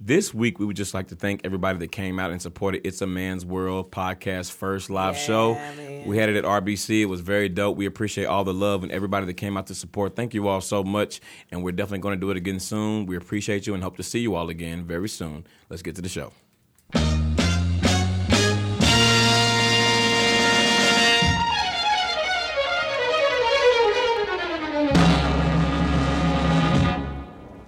This week, we would just like to thank everybody that came out and supported It's a Man's World podcast first live Yeah, show. man. We had it at RBC. It was very dope. We appreciate all the love and everybody that came out to support. Thank you all so much. And we're definitely going to do it again soon. We appreciate you and hope to see you all again very soon. Let's get to the show.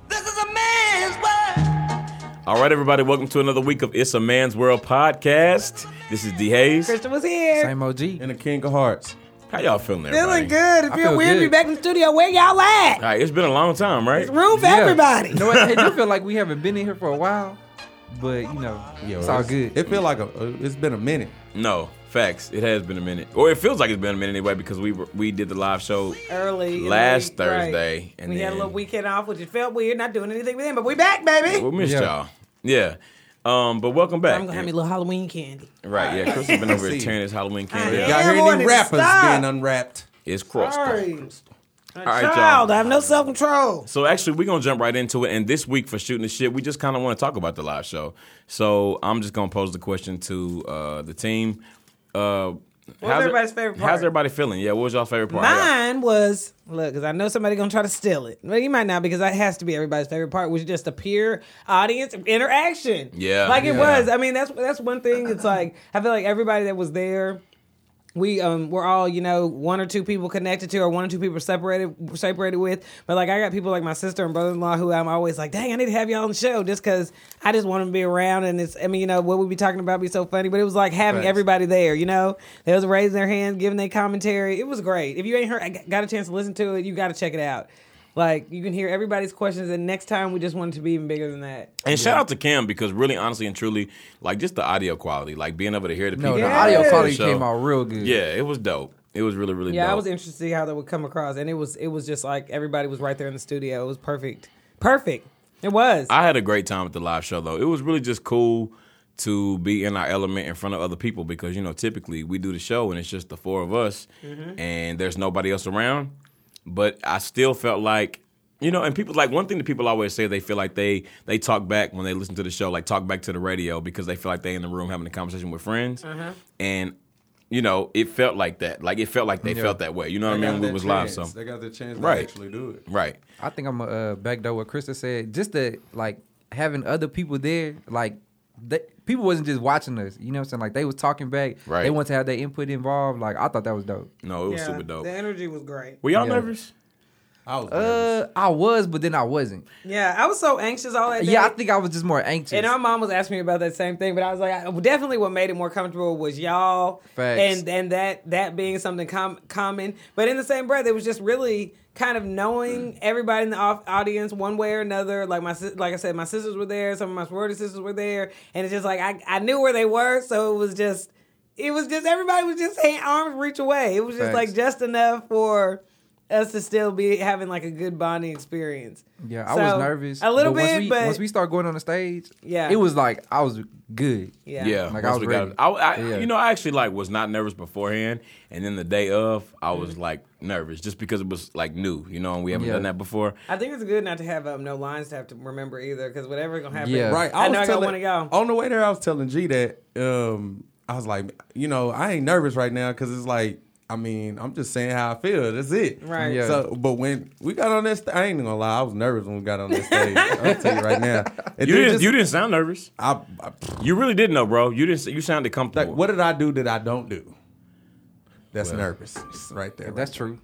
This is a man's world. All right, everybody, welcome to another week of It's a Man's World podcast. This is D Hayes. Kristen was here. Same OG. and the King of Hearts. How y'all feeling, everybody? Feeling good. It I feel feel weird to be good. back in the studio. Where y'all at? All right, it's been a long time, right? Room for Yeah. everybody. You know what? It do feel like we haven't been in here for a while, but you know, it's all good. It feel like a, a- it's been a minute. No, facts. It has been a minute, or it feels like it's been a minute anyway, because we were, we did the live show Early last late, right. Thursday, and we then had a little weekend off, which it felt weird not doing anything with him, but we back, baby. we missed Yeah. y'all. Yeah. Um, but welcome back. I'm gonna have me a little Halloween candy. right, yeah. Chris has been over here See. tearing his Halloween candy. I up. am. Y'all Yeah, hear wanted any to rappers stop. being unwrapped? It's crossed. Sorry. A right, y'all. child, I have no self control. So actually, we're gonna jump right into it. And this week for shooting the shit, we just kind of want to talk about the live show. So I'm just gonna pose the question to uh, the team. Uh, how's everybody's favorite part? How's everybody feeling? Yeah, what was y'all favorite part? Yeah. Mine was look, because I know somebody gonna try to steal it. Well, you might not, because that has to be everybody's favorite part, which is just the peer audience interaction. Yeah. like it Yeah. was. I mean, that's that's one thing. It's like I feel like everybody that was there. We um we're all you know one or two people connected to or one or two people separated separated with, but like I got people like my sister and brother in law who I'm always like, dang, I need to have y'all on the show just because I just want 'em to be around and it's I mean you know what we be talking about be so funny, but it was like having Facts. everybody there, you know, they was raising their hands, giving their commentary. It was great. If you ain't heard, I got a chance to listen to it, you got to check it out. Like you can hear everybody's questions, and next time we just want it to be even bigger than that. And shout out to Cam because really, honestly, and truly, like just the audio quality, like being able to hear the No, people. the Yeah. audio quality So, came out real good. Yeah, it was dope. It was really, really Yeah, dope. I was interested to see how that would come across, and it was it was just like everybody was right there in the studio. It was perfect, perfect. It was. I had a great time at the live show though. It was really just cool to be in our element in front of other people because you know typically we do the show and it's just the four of us and there's nobody else around. But I still felt like you know, and people like one thing that people always say they feel like they they talk back when they listen to the show, like talk back to the radio because they feel like they in the room having a conversation with friends. And you know, it felt like that. Like it felt like they felt that way. You know what I mean? When we was live, so they got the chance Right. to actually do it. right. I think I'm gonna uh, backdoor what Krista said. Just that, like having other people there, like that people wasn't just watching us. You know what I'm saying? Like they was talking back. Right. They wanted to have their input involved. Like I thought that was dope. No, it was super dope. The energy was great. Were y'all Yeah. nervous? I was nervous. Uh, I was, but then I wasn't. Yeah, I was so anxious all that day. Yeah, I think I was just more anxious. And our mom was asking me about that same thing, but I was like, I- definitely what made it more comfortable was y'all, Facts. and and that that being something com- common. But in the same breath, it was just really kind of knowing everybody in the off- audience one way or another. Like my sis- like I said, my sisters were there, some of my sorority sisters were there, and it's just like I I knew where they were, so it was just it was just everybody was just hand, arms reach away. It was just Facts. like just enough for. Us to still be having like a good bonding experience. Yeah, I So, was nervous. a little but once bit, we, but once we start going on the stage, Yeah. it was like I was good. yeah, Yeah, Like, once I was we ready. I, I- Yeah. you know, I actually like was not nervous beforehand, and then the day of, I Mm. was like nervous just because it was like new, you know, and we haven't Yeah. done that before. I think it's good not to have um, no lines to have to remember either because whatever's gonna happen. Yeah. right. I, I, know was I got telling one to go. on the way there. I was telling G that um, I was like, you know, I ain't nervous right now because it's like. I mean, I'm just saying how I feel. That's it. Right. Yeah. So, but when we got on this, I ain't gonna lie. I was nervous when we got on this stage. I'll tell you right now. It You did didn't, just- you didn't sound nervous. I, I, You really didn't, know, bro. You didn't. You sounded comfortable. like, what did I do that I don't do? That's nervous, right there. That's right true.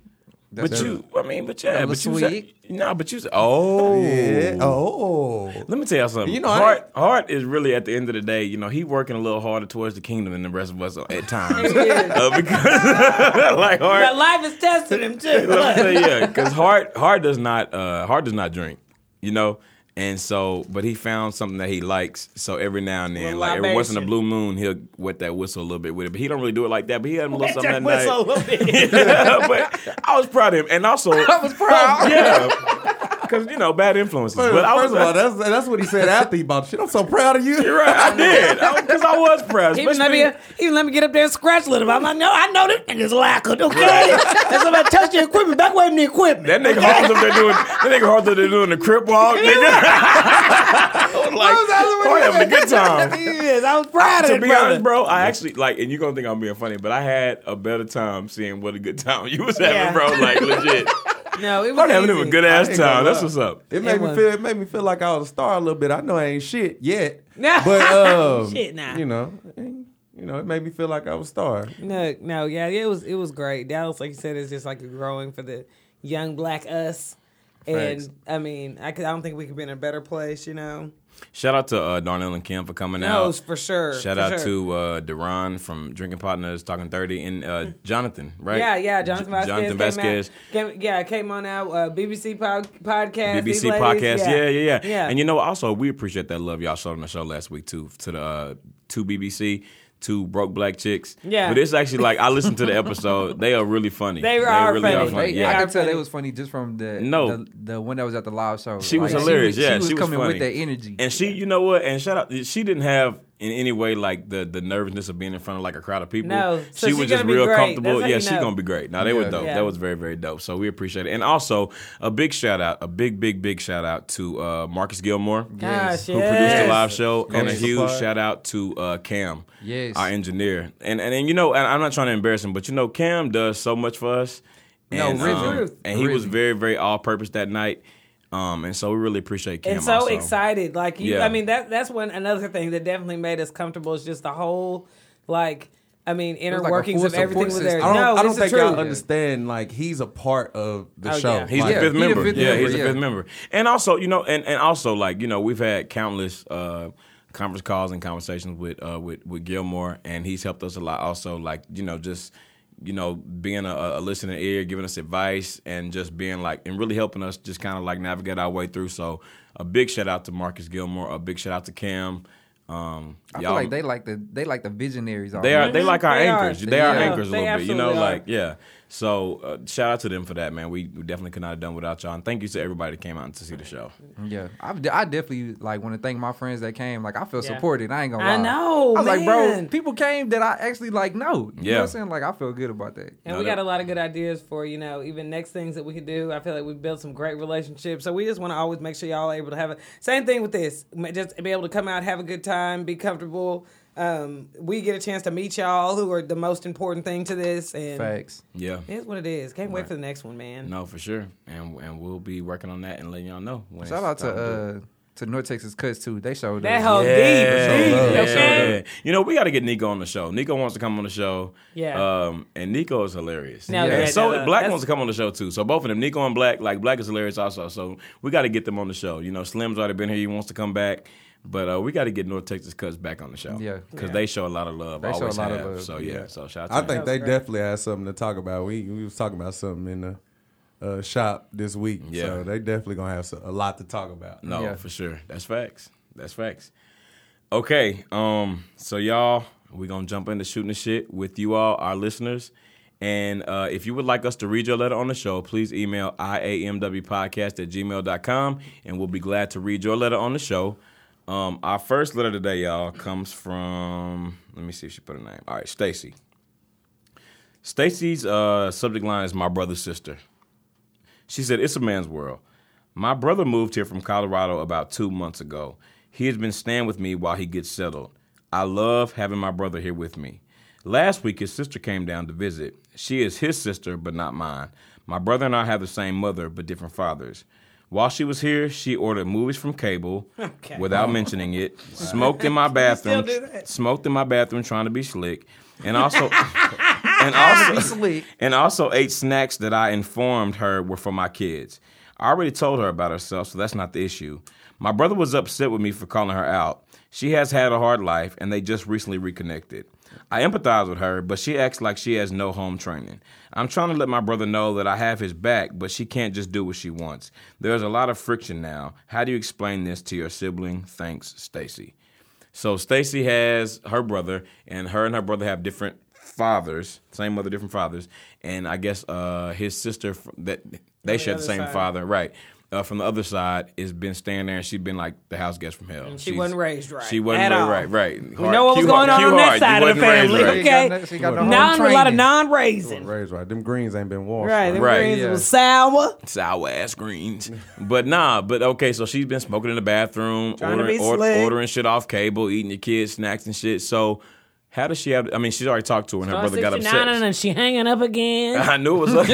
That's But you, I mean, but yeah, little but you, swig. sa- nah, but you. sa- Oh, Yeah. Oh. Let me tell y'all something. You know, I Hart, Hart is really at the end of the day. You know, he working a little harder towards the kingdom than the rest of us at times. Uh, because like Hart, But life is testing him too. Let me tell you, yeah, because Hart Hart does not uh, Hart does not drink, you know, and so but he found something that he likes. So every now and then, Little like every once in a libation. blue moon, he'll wet that whistle a little bit with it. But he don't really do it like that. But he had him a little something that That whistle a night. little bit. but I was proud of him, and also I was proud. Yeah. because you know bad influences. First, but I was first of all, that's that's what he said after he bought the shit. I'm so proud of you. You're right. I did because I, was proud. He even let me especially- he even let me get up there and scratch a little bit. I'm like, no, I know this nigga's lacquered, okay? That's somebody touched your equipment, back away from the equipment. That nigga hard up there doing that nigga hard up there doing the crip walk, nigga. I was like, oh, having a good time. Yes, I was proud of to it, be brother. honest, bro, I actually like, and you're gonna think I'm being funny, but I had a better time seeing what a good time you was having, Yeah. bro. Like legit, No, it was I'm having easy. him a good I ass ain't gonna time. That's lie. what's up. It made It me was. feel it made me feel like I was a star a little bit. I know I ain't shit yet. Nah. But um, Shit, nah. you know, you know, it made me feel like I was a star. No, no, yeah, it was it was great. Dallas, like you said, is just like growing for the young black us. And Facts. I mean, I, could, I don't think we could be in a better place, you know. Shout out to uh, Darnell and Kim for coming No, out. for sure. Shout for out sure. to uh, Deron from Drinking Partners, Talking Thirty, and uh, Jonathan, right? yeah, yeah, Jonathan J- Vasquez. Jonathan came Vasquez. out- came- yeah, came on out uh, BBC pod, podcast. these BBC ladies, podcast. Yeah. yeah, yeah, yeah. And you know, also we appreciate that love y'all showed on the show last week too to the uh, to BBC. Two broke black chicks. Yeah. but it's actually like I listened to the episode. They are really funny. They are funny. They, Yeah. I Yeah. could tell they was funny just from the No. the, the one that was at the live show. She was Like, hilarious. yeah, she was coming funny. with that energy. And she, you know what? And shout out, she didn't have in any way like the the nervousness of being in front of like a crowd of people. No. So she she was just gonna be real great. comfortable. That's how yeah, you she's know. gonna be great. Now they were Yeah. dope. Yeah. That was very very dope. So we appreciate it. And also a big shout out, a big big big shout out to uh, Marcus Gilmore. Gosh, Who produced yes. the live show and a Yes. huge shout out to uh, Cam, Yes. our engineer, and, and and you know, and I'm not trying to embarrass him, but you know, Cam does so much for us. No, And, really. um, and he was Really. very very all purpose that night, um, and so we really appreciate Cam. and so also. excited. Like you, Yeah. I mean that that's one another thing that definitely made us comfortable is just the whole like I mean inner like a workings full of everything was support there. system. I don't, no, I don't this is think true. y'all understand. Like he's a part of the Oh, show. yeah. He's Like, the Yeah, fifth he the member. fifth yeah, member, he's the yeah. fifth member. And also, you know, and, and also like you know, we've had countless uh, conference calls and conversations with uh, with with Gilmore, and he's helped us a lot. Also, like you know, just you know, being a, a listening ear, giving us advice, and just being like and really helping us just kind of like navigate our way through. So, a big shout out to Marcus Gilmore. A big shout out to Cam. Um, I y'all, feel like they like the they like the visionaries. they are already. they like our They are. anchors. They are Yeah. anchors a They little bit, you know. absolutely are. Like yeah. So uh, shout out to them for that, man. We we definitely could not have done without y'all. And thank you to everybody that came out to see the show. Yeah, I, I definitely like want to thank my friends that came. Like I feel Yeah. supported. I ain't gonna lie. I know, I was like, bro, man. people came that I actually like know. You know Yeah. what I'm saying? Like I feel good about that. And No, we that- got a lot of good ideas for, you know, even next things that we could do. I feel like we've built some great relationships. So we just want to always make sure y'all are able to have a same thing with this. Ma- Just be able to come out, have a good time, be comfortable. Um, we get a chance to meet y'all who are the most important thing to this and Facts. Yeah. it's what it is. Can't wait for the next one, man. No, for sure. And and we'll be working on that and letting y'all know. When Shout it's out to time do it. uh to North Texas Cuts too. They showed That up. hoe deep. deep, Yeah. okay? Yeah. You know, we got to get Nico on the show. Nico wants to come on the show. Yeah. Um, and Nico is hilarious. No, And yeah, so no, no, Black uh, that's- wants to come on the show too. So both of them, Nico and Black, like Black is hilarious also. So we got to get them on the show. You know, Slim's already been here. He wants to come back. But uh, we got to get North Texas Cuts back on the show. Yeah. Because they show a lot of love. They show a always lot of have. love, So yeah. yeah. So shout out I to think them. they great. definitely had something to talk about. We we was talking about something in the uh, shop this week. Yeah. So they definitely gonna have so- a lot to talk about. No, Yeah. for sure. That's facts. That's facts. Okay, um, so y'all, we're gonna jump into shooting the shit with you all, our listeners. And uh, if you would like us to read your letter on the show, please email iamwpodcast at gmail.com and we'll be glad to read your letter on the show. Um, our first letter today, y'all, comes from let me see if she put a name. All right, Stacy. Stacy's uh, subject line is my brother's sister. She said, It's a man's world. My brother moved here from Colorado about two months ago. He has been staying with me while he gets settled. I love having my brother here with me. Last week, his sister came down to visit. She is his sister, but not mine. My brother and I have the same mother, but different fathers. While she was here, she ordered movies from cable Okay. without mentioning it, smoked in my bathroom, do that? smoked in my bathroom trying to be slick, and also and also Be slick. and also ate snacks that I informed her were for my kids. I already told her about herself, so that's not the issue. My brother was upset with me for calling her out. She has had a hard life, and they just recently reconnected. I empathize with her, but she acts like she has no home training. I'm trying to let my brother know that I have his back, but she can't just do what she wants. There's a lot of friction now. How do you explain this to your sibling? Thanks, Stacy. So Stacy has her brother, and her and her brother have different fathers, same mother, different fathers, and I guess uh, his sister f- that they share the other same side. father, right? uh, from the other side has been standing there and she's been like the house guest from hell. she She's- wasn't raised right She wasn't at all. right, right. We know what was going on on that side of the family. right. She got Okay, no- she got no non home a lot of training. non raising. Raised right. Them greens ain't been washed. Right, Right. them Right. greens Yeah. was sour. sour ass greens. But nah, but okay, so she's been smoking in the bathroom, Trying to ordering, be or- slick. ordering shit off cable, eating your kids' snacks and shit. So how does she have? I mean, she's already talked to her, and her brother got 69 and upset. then she hanging up again. I knew it was up.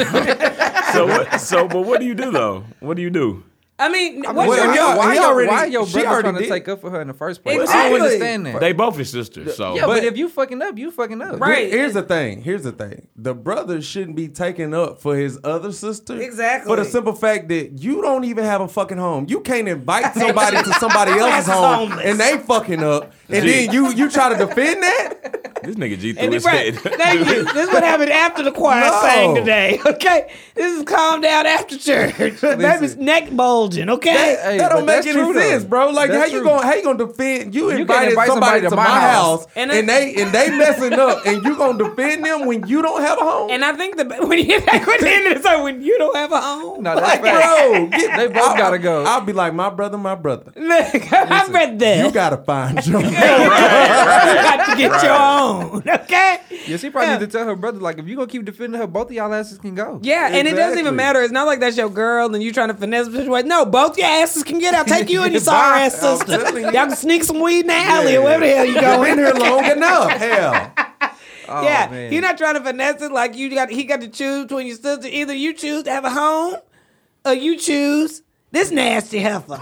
so what, so, but what do you do though? What do you do? I mean, what's well, your I- Why, He your- already- why your she brother already trying to did. take up for her in the first place? I Exactly. don't understand that. They both his sisters. So yeah, but, But- if you fucking up, you fucking up. Right. Here's the thing. Here's the thing. The brother shouldn't be taking up for his other sister. Exactly. For the simple fact that you don't even have a fucking home. You can't invite somebody to somebody else's home homeless. and they fucking up. And then you you try to defend that? this nigga G through And his right, head. thank you. This is what happened after the choir No. sang today. Okay, this is calm down after church. Baby's neck bulging. Okay, That- hey, that don't but make that's any true, though. sense, bro. Like That's how you true. gonna how you gonna defend you, can't invited invite somebody, to my house, And and, I- they and they messing up and you gonna defend them when you don't have a home? and I think the when you when the end of the song, when you don't have a home. No, that's like, facts. bro, get, They both gotta go. I'll be like, my brother, my brother. Look, I read that. You You gotta find your got to get your own. Okay. Yeah, she probably need to tell her brother like, if you gonna keep defending her, both of y'all asses can go. Yeah, and it doesn't even Exactly. matter. It's not like that's your girl and you trying to finesse the situation. No, both your asses can get out. Take you and your sorry Bye. ass I'm sister. telling Y'all you. can sneak some weed in the alley or wherever the hell you You've going. been here long enough. Hell. Oh, yeah, man. you're not trying to finesse it. Like you got, he got to choose between your sister. Either you choose to have a home, or you choose this nasty heifer.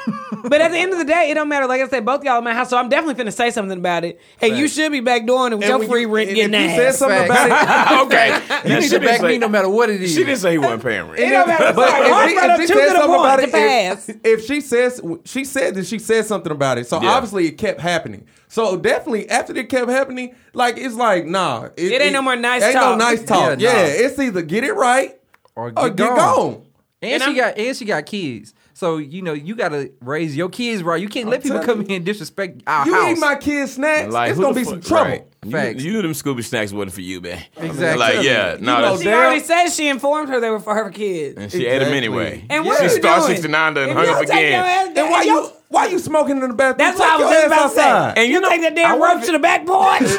but at the end of the day, it don't matter. Like I said, both y'all in my house, so I'm definitely finna say something about it. And you should be backdooring it with your when free you- rent and getting if you said ass. something Facts. about it, okay, you Now, need she to didn't back say- me no matter what it is. She didn't say he wasn't paying rent. It don't matter. but Sorry, one if, brother, she- if two she to the said something one, about to it, pass. if, if she says she said that she said something about it, so Yeah. obviously it kept happening. So definitely after it kept happening, like it's like nah, It ain't no more nice ain't talk. no nice talk. Yeah, Yeah, nah. it's either get it right Or get or get gone. gone. And, And she I'm- got and she got kids. So you know you gotta raise your kids right. You can't let people telling come here and disrespect our You house. eat my kids' snacks, Like, it's who gonna the be fuck- some trouble. right. You, Facts. you knew them Scooby snacks wasn't for you, man. Exactly. Like, yeah, no, know that's, She already said she informed her they were for her kids. and she ate them Exactly. anyway. And what she are you Star doing? 69 and If hung you up don't take your again. ass And why down- you why you smoking in the bathroom? That's Take what I was your just ass about to say. outside. And you, take that damn rope to the back porch.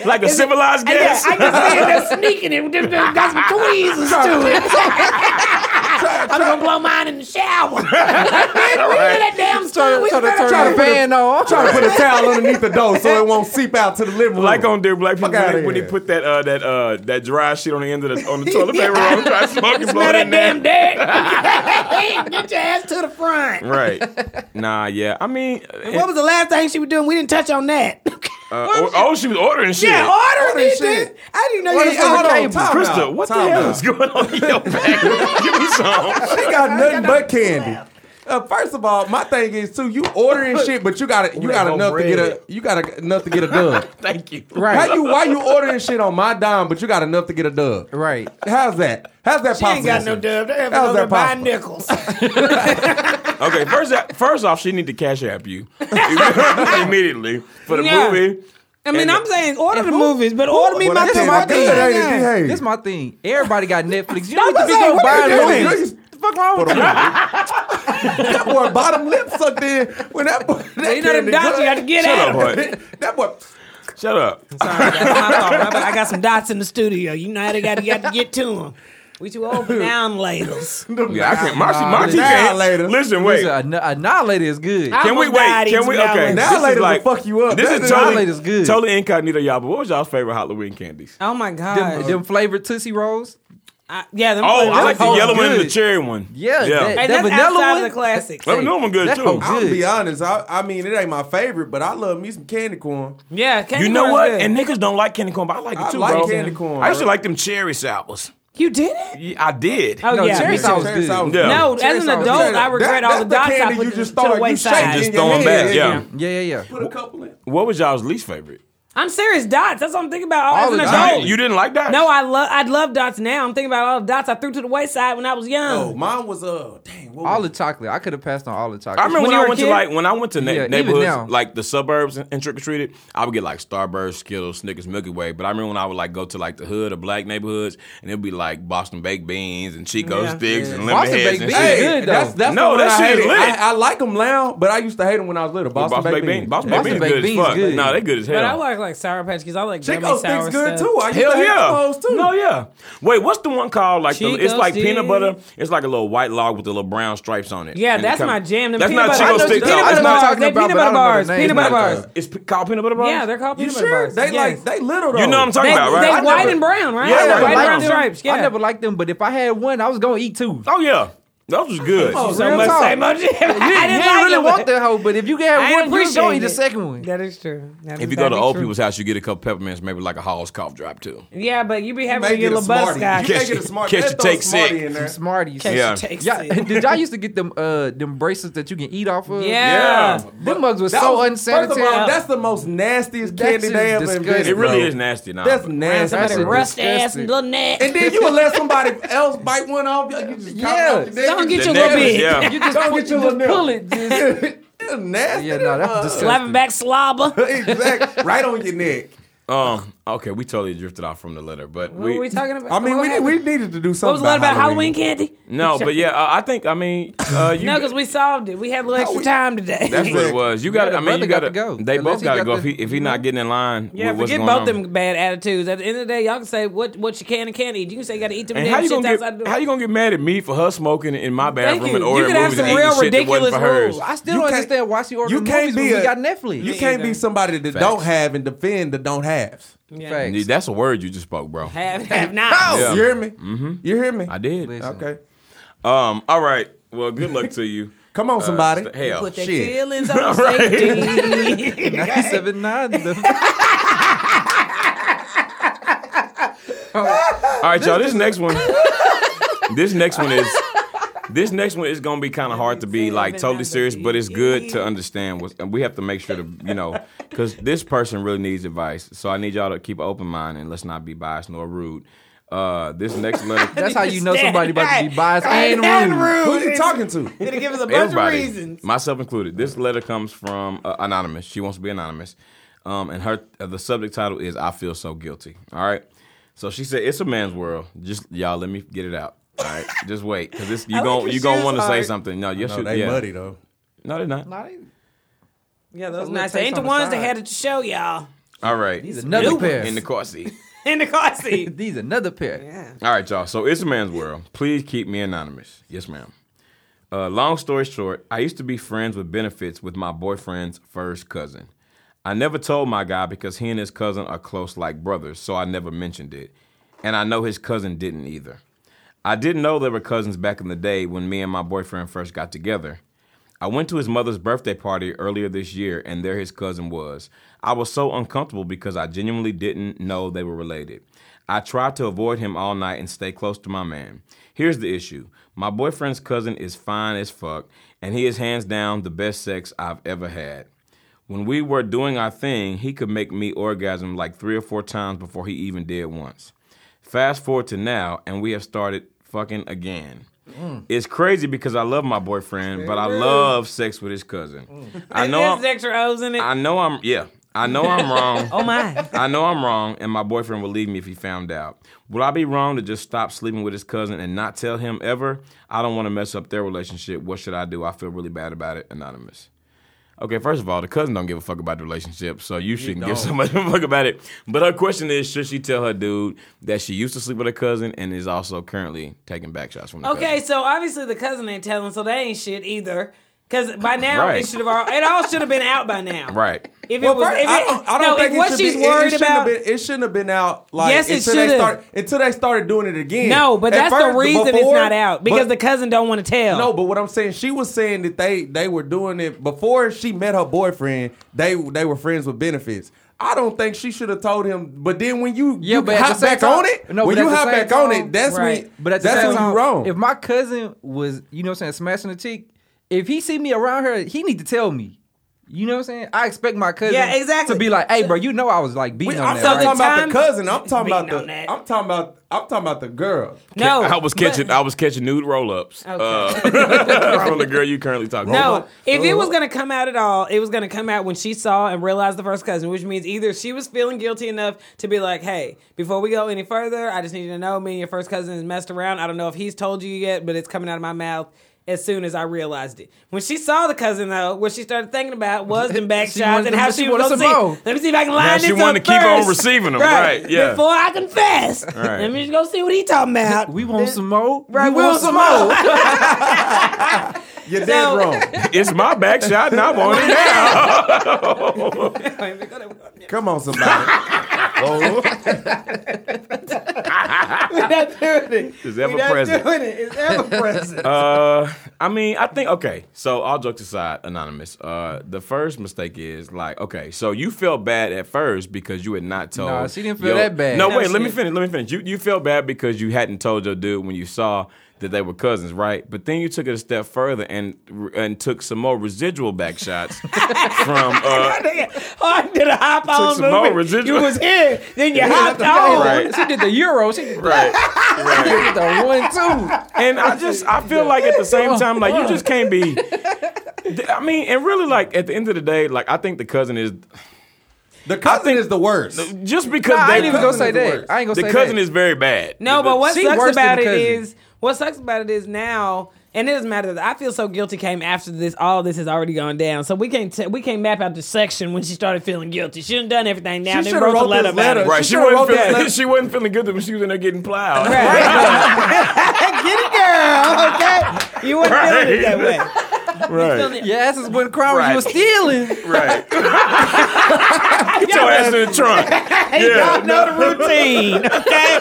Like a civilized guest. I can see it. They're sneaking it. They- they Got some tweezers to it. I'm gonna blow mine in the shower. Man, that damn story. We better turn try the to fan on. Trying to put a towel underneath the door so it won't seep out to the living room. Like on Dear Black People, Fuck outta when, they- when they here. put that uh, that uh, that dry shit on the end of the on the toilet paper roll, try to smoke and blow smell it that in there. damn dick. Get your ass to the front. Right? Nah, yeah. I mean, uh, What was the last thing she was doing? We didn't touch on that. uh, or- oh, she was ordering shit. yeah, ordering ordering it. shit. dude. I didn't know What you is that? had Hold on, time Krista, out, what the time hell out. is going on in your bag? Give me some. She got nothing but candy. Uh, first of all, my thing is too. You ordering shit, but you got you got that enough to get bread. a you got enough to get a dub. Thank you. Right. How you why you ordering shit on my dime, but you got enough to get a dub? Right. How's that? How's that She possible? ain't got no dub. They have How's to that buy possible? nickels. Okay, first first off, she need to cash app you immediately for the Yeah. movie. I mean, And- I'm saying order the movies, but order me Well, my that's two my my good. Hey, behave. This my thing. Everybody got Netflix. You I don't was need to be like, going what are buy you That movies. nigga- The fuck wrong with you? that boy bottom lip sucked in when that boy. That You know them candy dots good. you got to get Shut at up, 'em. boy. That boy. Shut up. Sorry, that's my fault, bro. I got some dots in the studio. You know how they got to, got to get to them. We too old for down laters. Yeah, I can't. My, Nah, my nah, teeth can't. later. Listen, Wait. wait. Annihilator is good. I- Can we almost died wait? Can eating we? some Okay. Nalate. this Nalate is will fuck you up. This That is Nalate totally, is good. totally incognito, y'all. But what was y'all's favorite Halloween candies? Oh my god. Them, them flavored Tootsie Rolls. I, yeah. Them Oh, I like the hoes yellow one and the good. cherry one. Yeah, that- And that that's vanilla outside one? of the classic. Let me know I'm good That too. hoe I'll Good. be honest. I, I mean, it ain't my favorite, but I love me some candy corn. Yeah. Candy You know corn's what? good. And niggas don't like candy corn, but I like it I too, like bro. candy corn, I used to bro. like them cherry sours. you did it. Yeah, I did. Oh No, yeah. cherry me sauce too. is good. sauce. Yeah. No, Cherry as an sauce. adult, I That- regret that- all the that's dots the I candy put you to just the thought you wayside. shaking Just in your throwing head. back, yeah. Yeah, yeah, yeah. Put a couple in. What was y'all's least favorite? I'm serious. Dots. That's what I'm thinking about. All, All as an the adult. dots. You, you didn't like that? No, I love. I love dots now. I'm thinking about all the dots I threw to the wayside when I was Oh, young. mine was uh, dang, what All was the chocolate. I could have passed on all the chocolate. I remember when, When you were I a went kid? to like when I went to na- Yeah, even now. neighborhoods like the suburbs and, and trick or treated, I would get like Starburst, Skittles, Snickers, Milky Way. But I remember when I would like go to like the hood or black neighborhoods, and it'd be like Boston baked beans and Chico Yeah. sticks and lemon Boston heads baked and beans shit. is good, though. That's, that's No, the one that I shit is hated. lit. I, I like them now, but I used to hate them when I was little. Boston, Boston, baked beans. Boston baked beans Boston good baked as fuck. beans good. Nah, they good as hell. But I like like sour patch because I like Chico gummy sour sticks good stuff. too. I used Hell to hate yeah! them hoes too. No, yeah. Wait, what's the one called? Like the, it's Chico like peanut sticks. butter. It's like a little white log with the little brown stripes on it. Yeah, And it that's come- my jam. Them That's peanut not butter- Chico I know sticks. peanut though. butter It's not- bars. They peanut butter bars, peanut butter bars. It's p- called peanut butter bars. Yeah, they're called You peanut butter sure? bars. They Yes. like they little though. You know what I'm talking They, about, right? they I white never- and brown, right? Yeah, Yeah, I white and like brown them. stripes. Yeah. I never liked them, but if I had one, I was gonna eat two. Oh yeah, those was good. Oh, So real much- talk. same much- You, I you didn't didn't like really it, want but- that hoe, but if you I had one, you was appreciate gonna eat the it. second one. That is true. That If is- you go that to is old true. people's house, you get a couple peppermints, maybe like a Hall's cough drop too. yeah, but you be having Make your it a little buzz smarty. guy. You can't Catch get you- a smart. catch let's you throw a take Smarty sick. in Some there. Smarties. Catch Yeah. the taste. Yeah, did y'all used to get them uh them bracelets that you can eat off of? Yeah. Yeah. Them mugs were That so was- First unsanitary. of all, that's the most nastiest That's candy just they ever disgusting. invented. It really bro. is nasty now. That's Man, somebody That's a nasty. rust ass disgusting- and little neck. And then you would let somebody else bite one off. You just Yeah. Don't get The your little neighbors, bit. Yeah. you just, Don't put, get you your just little pull it. just- It's nasty. yeah, no, that's disgusting. Slapping back slobber. exactly. Right on your neck. Um. Okay, we totally drifted off from the letter, but What were we talking about? I mean, What we, happened? we needed to do something. What was a lot about Halloween candy? No, but yeah, uh, I think I mean uh, you. No, because we solved it. We had a little extra we- time today. that's what it was. You got. to Yeah, the I mean, you brother got got to to go. They Unless both he got to got go. the- if he if he not getting in line, Yeah, with what's forget going both on. them bad attitudes. At the end of the day, y'all can say what what you can and can't eat. You can say you got to eat them And damn how you shit gonna outside the get how you gonna get mad at me for her smoking in my Thank bathroom you. and You ordering could have movies and some eating real shit that wasn't ridiculous for hers? rules. I still You don't can't- understand why she ordered You can't movies when be we a- got Netflix. You can't be somebody that don't have and defend the don't haves. Yeah. Facts. That's a word you just spoke, bro. Have, have not. Yeah. You hear me? Mm-hmm. You hear me? I did. Listen. Okay. Um. All right. Well, good luck to you. Come on, somebody. Uh, hell, Put their Shit. feelings on Right. safety. Seven nine. the- All right, y'all. This next one. this next one is. This next one is gonna be kind of hard to be like totally serious, but it's good to understand. What's, and we have to make sure to you know, because this person really needs advice. So I need y'all to keep an open mind and let's not be biased nor rude. Uh, this next letter, That's how you know somebody about to be biased and And rude. rude. Who you talking to? Gonna give us a bunch of everybody, reasons. myself included. This letter comes from uh, anonymous. She wants to be anonymous, um, and her uh, the subject title is "I feel so guilty." All right, so she said it's a man's world. Just y'all, let me get it out. All right, just wait because this you like gon' your you gonna shoes want to say hard. something. No, your No, shoe- they yeah. muddy though. No, they're not. Yeah, those little nice. They taste ain't the on the ones they side. had at the show, y'all. All right, Another pair. in the car seat. In the car seat. These another pair. All right, y'all. So it's a man's world. Please keep me anonymous. Yes, ma'am. Uh, long story short, I used to be friends with benefits with my boyfriend's first cousin. I never told my guy because he and his cousin are close like brothers, so I never mentioned it. And I know his cousin didn't either. I didn't know they were cousins back in the day when me and my boyfriend first got together. I went to his mother's birthday party earlier this year, and there his cousin was. I was so uncomfortable because I genuinely didn't know they were related. I tried to avoid him all night and stay close to my man. Here's the issue my boyfriend's cousin is fine as fuck, and he is hands down the best sex I've ever had. When we were doing our thing, he could make me orgasm like three or four times before he even did once. Fast forward to now, and we have started fucking again. It's crazy because I love my boyfriend, but I love sex with his cousin. I know There's I'm, extra O's in it. I know I'm yeah. I know I'm wrong. oh my. I know I'm wrong, and my boyfriend would leave me if he found out. Would I be wrong to just stop sleeping with his cousin and not tell him ever? I don't want to mess up their relationship. What should I do? I feel really bad about it. Anonymous. Okay, first of all, the cousin don't give a fuck about the relationship, so you shouldn't give so much a fuck about it. But her question is, should she tell her dude that she used to sleep with her cousin and is also currently taking back shots from the Okay, cousin? so obviously the cousin ain't telling, so they ain't shit either. Because by now Right. it should have all it all should have been out by now. Right. If Well, it was, first, if it, I don't, I don't no, think if it what should she's be, it- worried it, shouldn't about. have been- it shouldn't have been out like Yes, it until they should've. start until they started doing it again. no, but At that's first, the reason it's before- not out because but- the cousin don't want to tell. Oh. No, but what I'm saying, she was saying that they they were doing it before she met her boyfriend. They they were friends with benefits. I don't think she should have told him. But then when you Yeah, you but at the hop same back time- on it, no, when but you at the hop same back on time- it, that's Right. when But at the that's same when time, you wrong. if my cousin was, you know what I'm saying, smashing the chick, if he see me around her, he need to tell me. You know what I'm saying? I expect my cousin Yeah, exactly. to be like, hey, bro, you know I was like beating on I'm that. not the right? talking about time- the cousin. I'm talking Beating about the. on that. I'm talking about. I'm talking about the girl. No, I was but- catching I was catching nude roll ups uh, from the girl you currently talking about. No, if it was gonna come out at all, it was gonna come out when she saw and realized the first cousin, which means either she was feeling guilty enough to be like, "Hey, before we go any further, I just need you to know me and your first cousin has messed around. I don't know if he's told you yet, but it's coming out of my mouth." As soon as I realized it, when she saw the cousin though, what she started thinking about was them back She shots wanted and them- how she she, was gonna wanted some see. more. Let me see if I can line Now this she up wanted to keep on first. receiving them, right, yeah. Before I confess, Right. let me just go see what he talking about. We want some more. Right, we we want want some more. You're dead No. wrong. It's my back shot and I'm on it now. Come on, somebody. oh, It's ever present. it. It's ever present. Uh, I mean, I think okay. So all jokes aside, anonymous. Uh, the first mistake is like okay. So you felt bad at first because you had not told. Nah, she didn't feel your- that bad. No, No, wait. she Let me didn't. finish. Let me finish. You you felt bad because you hadn't told your dude when you saw that they were cousins, right? But then you took it a step further and and took some more residual back shots from. Uh, I did a hop on some more movement. You residual. was here, then you hopped ball, on. Right. She did the euro. She did right. the one two. And I just I feel like at the same time, like you just can't be. I mean, and really, like at the end of the day, like I think the cousin is the cousin is the worst. just because I they ain't even gonna say cousin is the that. worst. I ain't gonna the say cousin that. is very bad. No, but what She sucks worse than about the it cousin. is what sucks about it is now, and it doesn't matter. that I feel so guilty came after this. All this has already gone down, so we can't t- we can't map out the section when she started feeling guilty. She done done everything now. She They should've wrote the wrote letter this about it. letter. Right, She she should've wasn't wrote that feeling letter. she wasn't feeling good when she was in there getting plowed. Get it, girl. Okay, you weren't feeling it that way. Right, Your asses wouldn't cry when Right. you was stealing. right. Get your ass in the trunk. Yeah, Y'all know the routine, okay?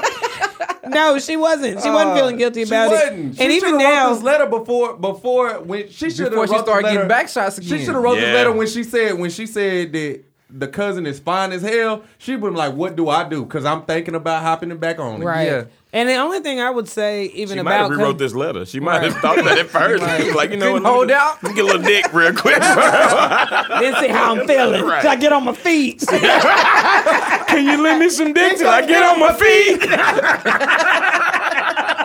No, she wasn't. She wasn't feeling guilty about Uh, she it. Wasn't. She and even should've now, wrote this letter before before when she should have Before she started getting back shots again. She should have wrote Yeah. this letter when she said when she said that the cousin is fine as hell. She would been like, "What do I do?" Because I'm thinking about hopping it back on. it." Right. Yeah. And the only thing I would say, even She might about have rewrote Cus- this letter. She might have thought that at first. She was like, you know what? Didn't hold let me out. just- Get a little dick real quick. then see how I'm feeling. Right. Till I get on my feet. Can you lend me some dick till I get on my feet?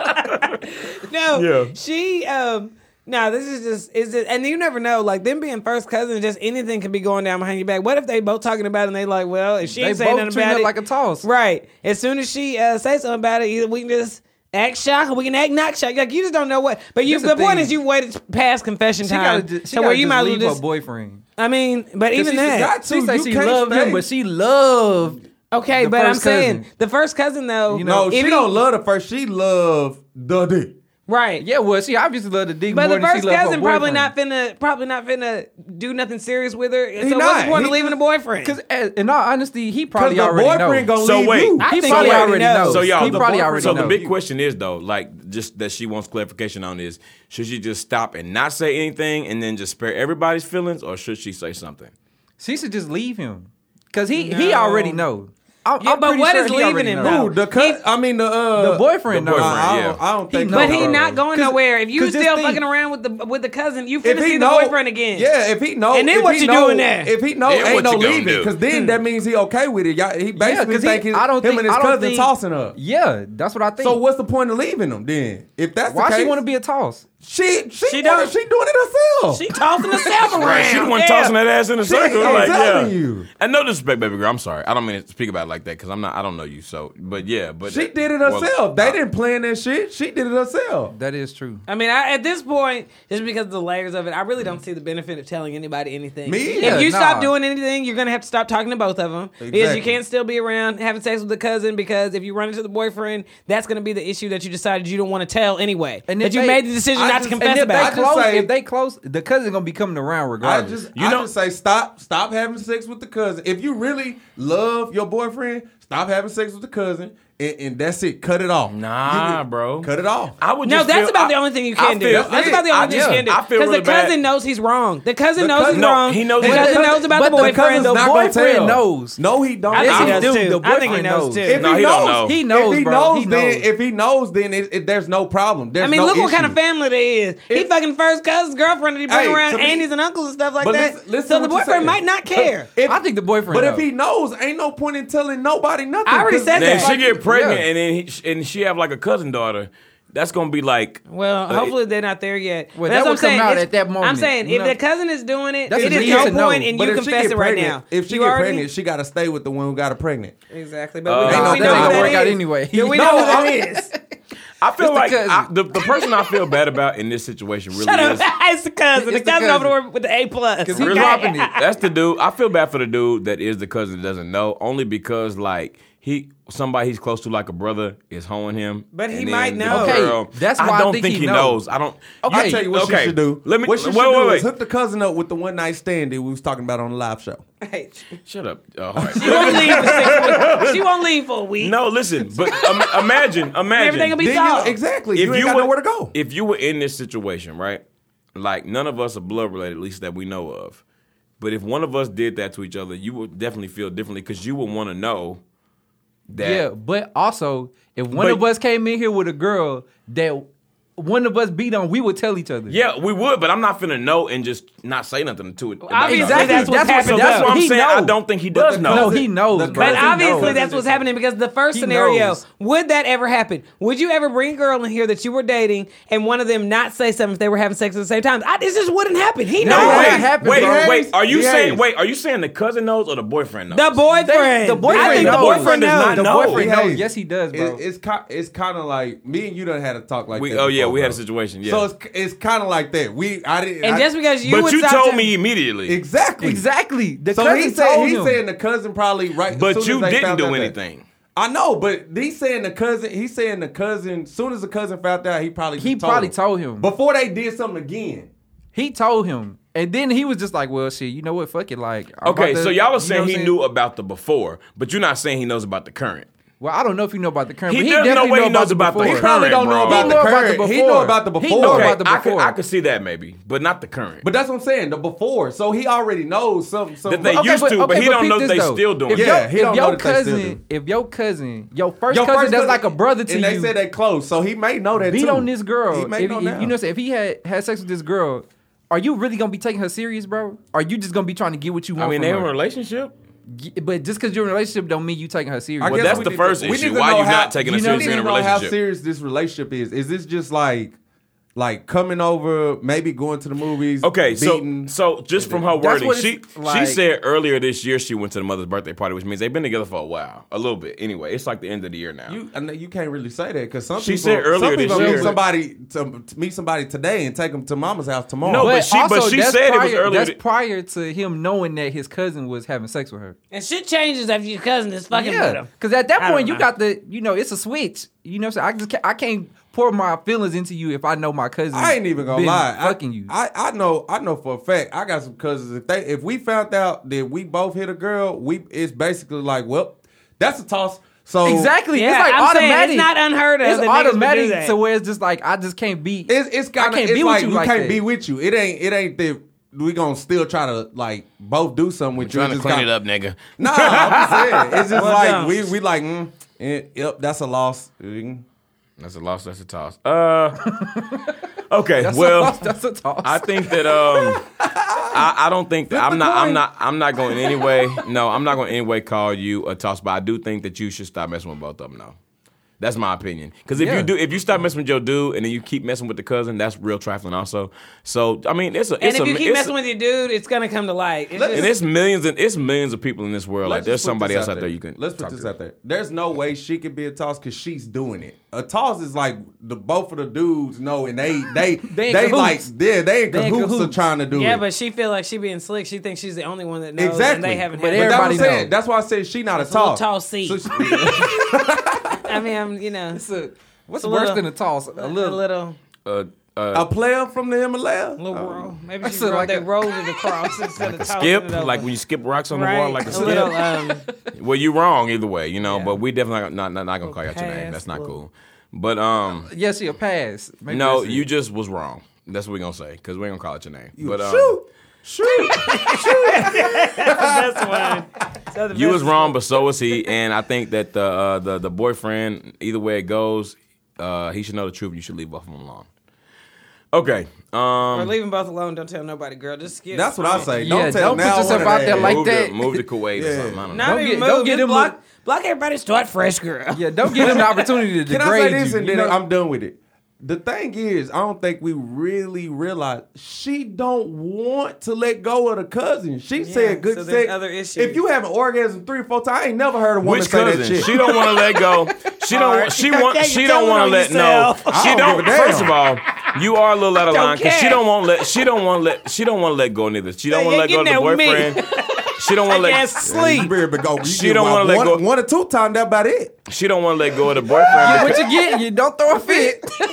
no, Yeah. she. um no, this is just is it, and you never know. Like them being first cousins, just anything can be going down behind your back. What if they both talking about it and they like, well, if she They ain't saying both nothing treating about it it, like a toss. right? As soon as she uh, say something about it, either we can just act shocked or we can act not shocked. Like you just don't know what. But you, That's the, the point thing. is, you waited past confession She time, gotta, ju- she so gotta where you just might as well leave her just. boyfriend. I mean, but even she that, got She Dude, say you she can't loved him, stay. but she loved. Okay, The but I'm first cousin. saying the first cousin though. You know, No, she any- don't love the first. She love the dick. Right. Yeah, well, she obviously loved the dick But more the than she first loved her cousin probably boyfriend. not finna probably not finna do nothing serious with her. so what's not. the point of He- leaving a boyfriend? Because eh, in all honesty, he Because probably the already boyfriend knows. gonna So leave wait. you. he I think probably he already already knows. knows. So y'all, he the probably boy- already so knows. the big question is though, like just that she wants clarification on is: should she just stop and not say anything and then just spare everybody's feelings, or should she say something? she should just leave him because he he already knows. I'm, Yeah, I'm but pretty what sure is he leaving already him, knows. though? Ooh, the cou- I mean the uh, The boyfriend the knows. boyfriend. I, yeah. don't, I don't He think. knows. but no he girl. not going 'Cause- nowhere. If you 'cause this still thing- fucking around with the with the cousin, you If finna he see the know- boyfriend again. Yeah, if he know, And then if what he you know, doing there? If he know, Then ain't what no you gonna leaving, do? because then that means he okay with it. Y'all, he Yeah, basically 'cause he- think his, I don't him think and his I don't cousin think- tossing her. Yeah, that's what I think. So what's the point of leaving him then? If that's why the she case, want to be a toss? She she She she, don't- wanna, she doing it herself. She tossing herself around. Right, she the one Yeah. tossing that ass in a circle. I'm like, yeah. telling you. And no disrespect, baby girl. I'm sorry. I don't mean to speak about it like that because I'm not. I don't know you. So, but yeah, but she did it Well, herself. they didn't plan that shit. She did it herself. That is true. I mean, I, at this point, just because of the layers of it, I really don't see the benefit of telling anybody anything. Me if either, you nah. stop doing anything, you're gonna have to stop talking to both of them because you Exactly. can't still be around having sex with the cousin because if you run into the boyfriend, that's gonna be the issue that you decided you don't want to tell anyway. And And if that you they- made the decision I not just- to And confess if about. they I it. just close, say- if they close, the cousin gonna be coming around I regardless. just You I know- just say stop stop having sex with the cousin. If you really love your boyfriend, stop having sex with the cousin. and, and that's it. Cut it off. Nah, You can- bro. Cut it off. I would. No, just that's feel- about the I- only thing you I can do. feel- That's yeah, about the I only thing you just- can do. I feel Because really the cousin bad. knows he's wrong. The cousin The knows cousin- he's no, wrong. he knows the he's cousin wrong. knows about But the the boyfriend. cousin's not The gonna boyfriend tell. knows. No, he don't. I think Yes, he he does do. too. The I think he boyfriend knows knows. too. If No, he, he don't knows, know. He knows, if he bro. knows, He then knows. if he knows, then it, it- there's no problem. I There's mean, no look what kind issue. of family that is. he fucking first cousin's girlfriend that he bring Hey, around to me- aunties and uncles and stuff like but that. listen- listen so to the what you're boyfriend might saying. not care. If- I think the boyfriend. But if knows. he knows, ain't no point in telling nobody nothing. I already 'cause said Now, that. if she get pregnant Yeah. and then he, and she have like a cousin daughter, that's gonna be like. well, uh, hopefully they're not there yet. Well, That's that what would I'm saying. come out It's- at that I'm moment, saying you if know? the cousin is doing it, That's it a is reason no to know. point in But you if she confess get it right pregnant- now. If she You get already- pregnant, she got to stay with the one who got her pregnant. Exactly, but we Uh, know, no, we that know ain't who gonna that work out is. anyway. Do we No, know who that I- is? I feel It's the like cousin. I, the, the person I feel bad about in this situation really Shut is. up. It's the cousin. It's The the cousin over cousin. there with the A plus. he Okay? dropping it. That's the dude. I feel bad for the dude that is the cousin that doesn't know, only because like he somebody he's close to, like a brother, is hoeing him. But he and then might the know. Okay, girl- that's why I I don't think think, he he knows. knows. I don't. I tell you what okay. she should do. Let me what she wait, should do wait, is wait. hook the cousin up with the one night stand that we was talking about on the live show. Shut up. Uh, all right. She won't leave for six weeks. She won't leave for a week. no, listen. But um, imagine, imagine. Everything will be Then solved. you, exactly. you, ain't got were- nowhere to go. If you were in this situation, right? Like none of us are blood related, at least that we know of. But if one of us did that to each other, you would definitely feel differently because you would want to know that. Yeah, but also if one But- of us came in here with a girl that one of us beat on, we would tell each other. Yeah, we would, but I'm not finna know and just not say nothing to it. about Obviously, it. Exactly. that's what's what- happening. That's what- what I'm he saying. I know. don't think he does the know. No, cousin- he knows. the bro. But cousin obviously, knows. that's what's happening because the first He scenario knows. would that ever happen? Would you ever bring a girl in here that you were dating and one of them not say something if they were having sex at the same time? I, this just wouldn't happen. He No, knows. that wait, happened, wait, bro. wait. Are you Yes. saying wait? Are you saying the cousin knows or the boyfriend knows? The boyfriend. They- the boyfriend I think the knows. boyfriend The boyfriend does knows. not know. The boyfriend Hey, knows. Yes, he does, bro. It, it's ki- it's kind of like me and you done had a talk like We- that. oh, yeah, before, we had a bro. situation, yeah. So it's it's kind of like that. We I didn't. And I- just because you but would you stop told to- me immediately. exactly exactly. The So cousin he said told he's him. saying the cousin probably right. as soon But as you they didn't found out do that- anything. I know, but he's saying the cousin. He's saying the cousin. Soon as the cousin found out, he probably He told probably him. told him. before they did something again. he told him, and then he was just like, "Well, shit, you know what? Fuck it." Like, I'm Okay, about so to- y'all you know are saying what he I'm knew about the before, but you're not saying he knows about the current. Well, I don't know if you know about the current. He but doesn't know definitely what he know knows about the before. He probably Current, don't know bro. about He the know about current. He know about He the before. know Okay, about the I could, before. I could see that maybe, but not the current. but that's what I'm saying. The before. So he already knows something. something That they about- used to, but he don't peep know this, they still doing if it. your- Yeah, he don't if know your that they still cousin, if your cousin, your first cousin, first that's like a brother to and you. they said they close, so he may know that beat too. on this girl. He may if, know if- now. You know, what I'm saying? if he had had sex with this girl, are you really gonna be taking her serious, bro? Are you just gonna be trying to get what you I want? mean, from they her? were in a relationship. G- But just because you're in a relationship, don't mean you taking her serious. I Well, guess that's we the need first to- we issue. need to Why know you not how- taking you it know, we serious need in a to know how relationship? serious this relationship is. Is this just like, like coming over, maybe going to the movies? Okay, beating- so so just from her That's wording, what it's she she like- said earlier this year she went to the mother's birthday party, which means they've been together for a while, a little bit. Anyway, it's like the end of the year now. You, I know you can't really say that because some She people. said earlier some this people year- meet somebody to, to meet somebody today and take them to mama's house tomorrow. No, but she- but also, she that's said it was prior, earlier That's that- prior to him knowing that his cousin was having sex with her. And shit changes after your cousin is fucking with Yeah, him. because at that I don't point you know. got the you know it's a switch. You know, what I'm saying I just can't, I can't pour my feelings into you if I know my cousin. I ain't even gonna been lie. I- fucking you. I, I know I know for a fact. I got some cousins. If they if we found out that we both hit a girl, we it's basically like well, that's a toss. So exactly. Yeah, it's like I'm saying automatic. it's not unheard of It's that niggas would do automatic that. to where it's just like I just can't be. It's it's I kind of can't it's be with like you you like can't that. be with you. It ain't it ain't that we gonna still try to like both do something with you. Trying to Just clean got- it up, nigga. Nah, I'm just saying. It's just Well like done. we we like mm, eh, yep, that's a loss. Mm. That's a loss. That's a toss. Uh, okay. that's well, a toss, that's a toss. I think that um, I, I don't think that I'm not I'm not I'm not going in any way. No, I'm not going to any way call you a toss. But I do think that you should stop messing with both of them. now. that's my opinion. Because if Yeah. you do, if you stop messing with your dude and then you keep messing with the cousin, that's real trifling. Also, so I mean, it's a And it's if a, you keep it's a- messing with your dude, it's gonna come to light. It's Let- just- and it's millions and it's millions of people in this world. like Let's there's just put somebody this else out there. you can Let's put talk this to. out there. There's no way she could be a toss because she's doing it. A toss is like the both of the dudes know, and they they They they, in like cahoots. yeah they in They in cahoots, of cahoots. trying to do yeah, it. but she feel like she being slick. She thinks she's the only one that knows. And exactly. they haven't but had. it. that's what I'm Everybody saying. knows. That's why I said she not a a little toss. tall seat. So she- I mean, I'm, you know, It's a- what's a worse little- than a toss? A a little. little. Uh, a player from the Himalaya. Little roll. Maybe she said rolled- like they a- rolled it across instead of tossing skip, it over. like when you skip rocks on the Right. wall, like a skip. little, um, Well, you wrong either way, you know. Yeah. But we definitely not not, not gonna call you out your name. Pass, That's not look. cool. But um, Yeah, she a pass. Maybe no, that's it. you just was wrong. That's what we gonna say because we ain't gonna call out your name. but um, shoot, shoot. That's one. That's the you best was wrong, but so was he. And I think that the uh, the the boyfriend, either way it goes, uh, he should know the truth. and You should leave both of them alone. Okay. We're Um, leaving both alone. Don't tell nobody, girl. Just skip. That's what I say. Yeah, Don't don't tell put now yourself one out of there that. like move that. To, move to Kuwait or Yeah. something. I don't know. Not Don't even get- move. don't get Just him block, with- block everybody. Start fresh, girl. Yeah, don't give him the opportunity to Can degrade I say this you. and you then know? I'm done with it? The thing is, I don't think we really realize she don't want to let go of the cousin. She said good so there's sex. other issues. If you have an orgasm three or four times, I ain't never heard a woman Which say cousin? that shit. She don't want to let go. She don't. Alright. She want. Okay, she you don't telling want on to let no. yourself. She I don't don't. give a damn. First of all, you are a little out of don't line because she care. don't want let. She don't want to let. She don't want to let go neither. She don't They want to let ain't go of the getting that with me. boyfriend. She don't want to Yes, let. You sleep. better be go. You She get don't one- wanna let one- go. One or two times. That about it. She don't want to let go of the boyfriend. what you get? You don't throw a fit. because-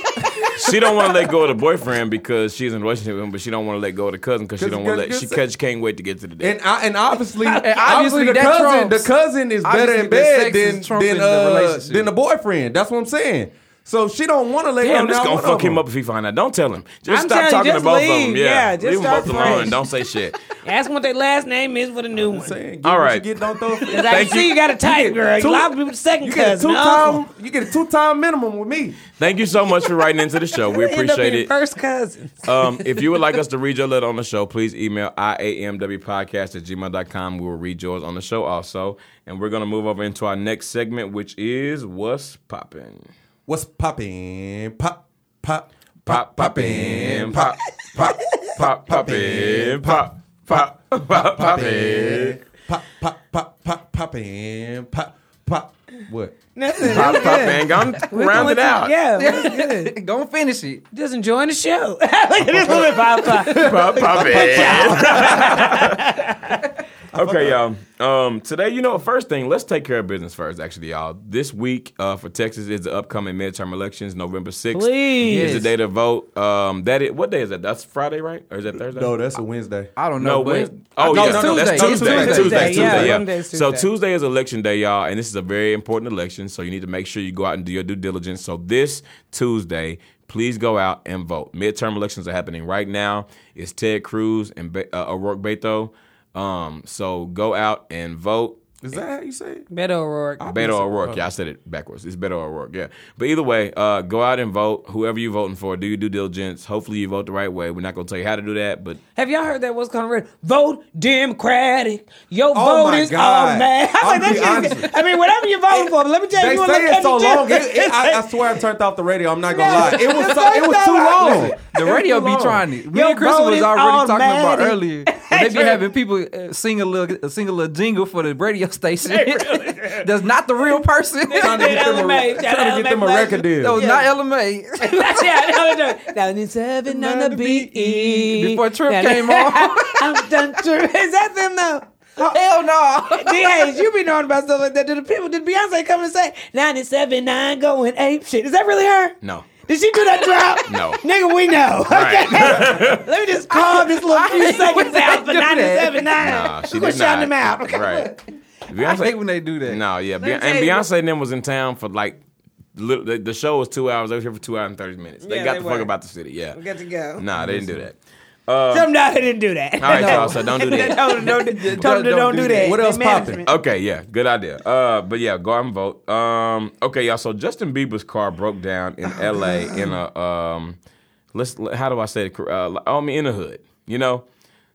She don't want to let go of the boyfriend because she's in a relationship with him, but she don't want to let go of the cousin because she Cause- don't want to cause- let. She cause- cause she can't wait to get to the day. And I, and obviously, obviously the that cousin, trumps. the cousin is better Obviously in the bed sex is than trumping than the uh, relationship. than the boyfriend. That's what I'm saying. So she don't want to let Damn, go. this now gonna one fuck of him them. up if he find out. Don't tell him. Just I'm stop telling you, talking to just both of them. leave. Yeah, Yeah, just leave them start both alone. fresh. and Don't say shit. Ask them what their last name is for the new one. Saying, get All what you right. get, don't throw a fit. Cause I can see you got a type, girl. You two- lot of people second You get a cousin. two uncle. time. You get a two time minimum with me. Thank you so much for writing into the show. We End up appreciate being it. First cousins. Um, if you would like us to read your letter on the show, please email iamwpodcast at gmail.com. We will read yours on the show also. And we're going to move over into our next segment, which is What's Poppin'? What's popping? Pop, pop, Pop, poppin', pop, pop, pop, poppin', pop, pop, pop, poppin'. pop, pop, pop, pop, popping, pop, pop. What? Nothing. Pop, poppin', gone, round it out. Yeah, that's good. Go and finish it. Just enjoying the show. Look at this little pop pop. Pop, poppin'. Okay, y'all. Um, today, you know, first thing, let's take care of business first. Actually, y'all, this week uh, for Texas is the upcoming midterm elections, November sixth. Please. is the day to vote. Um, that is, what day is that? That's Friday, right? Or is that Thursday? No, that's a Wednesday. I don't know. No, but Wednesday. Oh, No, yeah. no, no, That's Tuesday. Tuesday. It's Tuesday. Tuesday. Tuesday. Yeah, Tuesday, yeah. Monday is So Tuesday. Tuesday is election day, y'all, and this is a very important election. So you need to make sure you go out and do your due diligence. So this Tuesday, please go out and vote. Midterm elections are happening right now. It's Ted Cruz and Be- uh, O'Rourke Beto. Um, so go out and vote. Is that how you say it? Beto O'Rourke. Beto Oh. O'Rourke. Yeah, I said it backwards. It's Beto O'Rourke. Yeah. But either way, uh, go out and vote. Whoever you're voting for, do your due diligence. Hopefully, you vote the right way. We're not going to tell you how to do that, but Have y'all heard that? What's going on? Vote Democratic. Your Oh vote my is God. all man. I I'll was like, be that honest. shit. I mean, whatever you're voting for, but let me tell you, They you wanna say look it's so at long. the It, it, I, I swear I turned off the radio. I'm not gonna lie. It was so, it was too long. The radio be trying it. Me Yo, and Chris bro, was this already talking about automatic. earlier. And they be having people uh, sing a little, uh, sing a little jingle for the radio station. That's not the real person. Trying that to get them LMA, a, trying to get them a LMA. record deal. was not LMA. yeah, no, no, no. Now it's heaven on the E BE. Before Trip Now- came on. I'm done Trip. Is that them though? Hell no. D. Hayes, you be knowing about stuff like that. Did the people, did Beyonce come and say 97, 9 going ape shit? Is that really her? no. Did she do that drop? No. Nigga, we know. Right. Okay. Let me just calm this little few hate seconds when they out for do that. 97, 9. Nah, she We're gonna did not. shout them out. Okay. Right. Beyonce, I hate when they do that. No, yeah. Be- me tell and you- Beyonce and them was in town for like, lit- the, the show was two hours. They was here for two hours and 30 minutes. They Yeah, got they the were. fuck about the city, yeah. We got to go. Nah, they didn't do that. Some no, they didn't do that. All right, y'all, so don't do that. don't, don't, do- don't, Don't- do- don't do that. What They else management. poppin'? Okay, yeah, good idea. Uh, but yeah, go out and vote. Um, okay, y'all. So Justin Bieber's car broke down in Oh, L.A. in a um, let's how do I say it? Uh, I mean, in a hood. You know,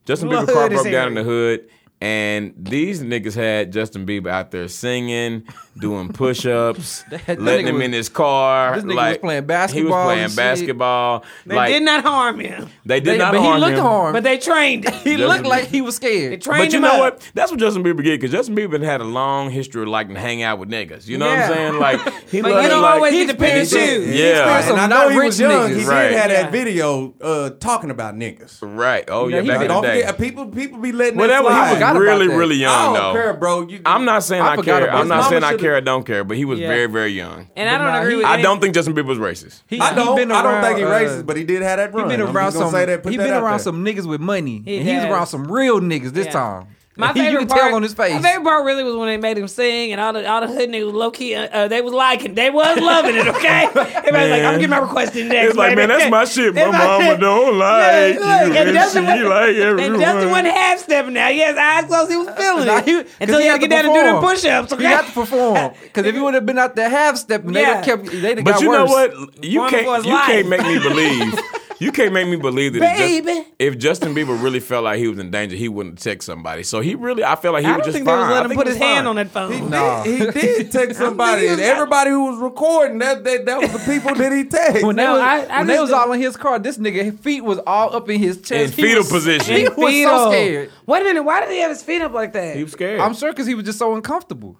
Justin Well, Bieber's car hood is broke down in the area. hood, and these niggas had Justin Bieber out there singing, doing push-ups, that letting nigga him was- in his car. this nigga was like, playing He was basketball playing and shit. basketball. They like did not harm him, they did They- not but harm he looked him. harmed. but they trained him. He Justin looked like Bieber. he was They scared. trained but you him know up. what? That's what Justin Bieber get because Justin Bieber had a long history of liking to hang out with niggas. You know Yeah. what I'm saying? Like he But loved you don't like, always get to pair of He did. shoes. He Yeah. experienced some And I not know he rich was young. niggas. He Right. did have Yeah. that video uh, talking about niggas. right. Oh yeah, he back was- in the Don't day. forget, uh, people people be letting that Whatever he slide. was Got forgot really, about that. really I young don't though. care, bro. You, I'm not saying I I, forgot care. about I'm not this. saying Mama I should've- care. or don't care. But he was Yeah. very, very young. And I But don't nah, agree he- with. I any- don't think Justin Bieber's racist. He, I he don't. been I don't around, think he uh, racist, but he did have that He run. been I'm around just gonna some. say that, put he that been out around there. some niggas with money, He and he was has. around some real niggas this Yeah. time. My He- favorite you can part, tell on his face. My favorite part really was when they made him sing, and all the all the hood niggas was low key. Uh, uh, they was liking, they was loving it. Okay, everybody's like, Man. "I'm getting my request in next." It's like, man, that's my shit. My If I- mama don't like Look, look, you, and and she Dustin went- like And Dustin everyone. wasn't half stepping now. He has eyes closed. He was feeling Nah, it he- 'cause until he he had to had get to down and do the perform. push ups. Okay, He got to perform because if he would have been out there half stepping, they'd Yeah. have kept. They'd have But got you worse. know what? You One for can't. his You life. can't make me believe. You can't make me believe that if, Baby. Just, if Justin Bieber really felt like he was in danger, he wouldn't text somebody. So he really, I felt like he I was don't just think they fine. was I letting him think put he his was hand fine. on that phone. Nah. He did text somebody, and everybody who was recording that that, that was the people that he text. When they No, was, I- I when they just was don't- all in his car, this nigga his feet was all up in his chest. In He fetal was- position. He was so Fetal. scared. Wait a minute, why did he have his feet up like that? He was scared. I'm sure because he was just so uncomfortable.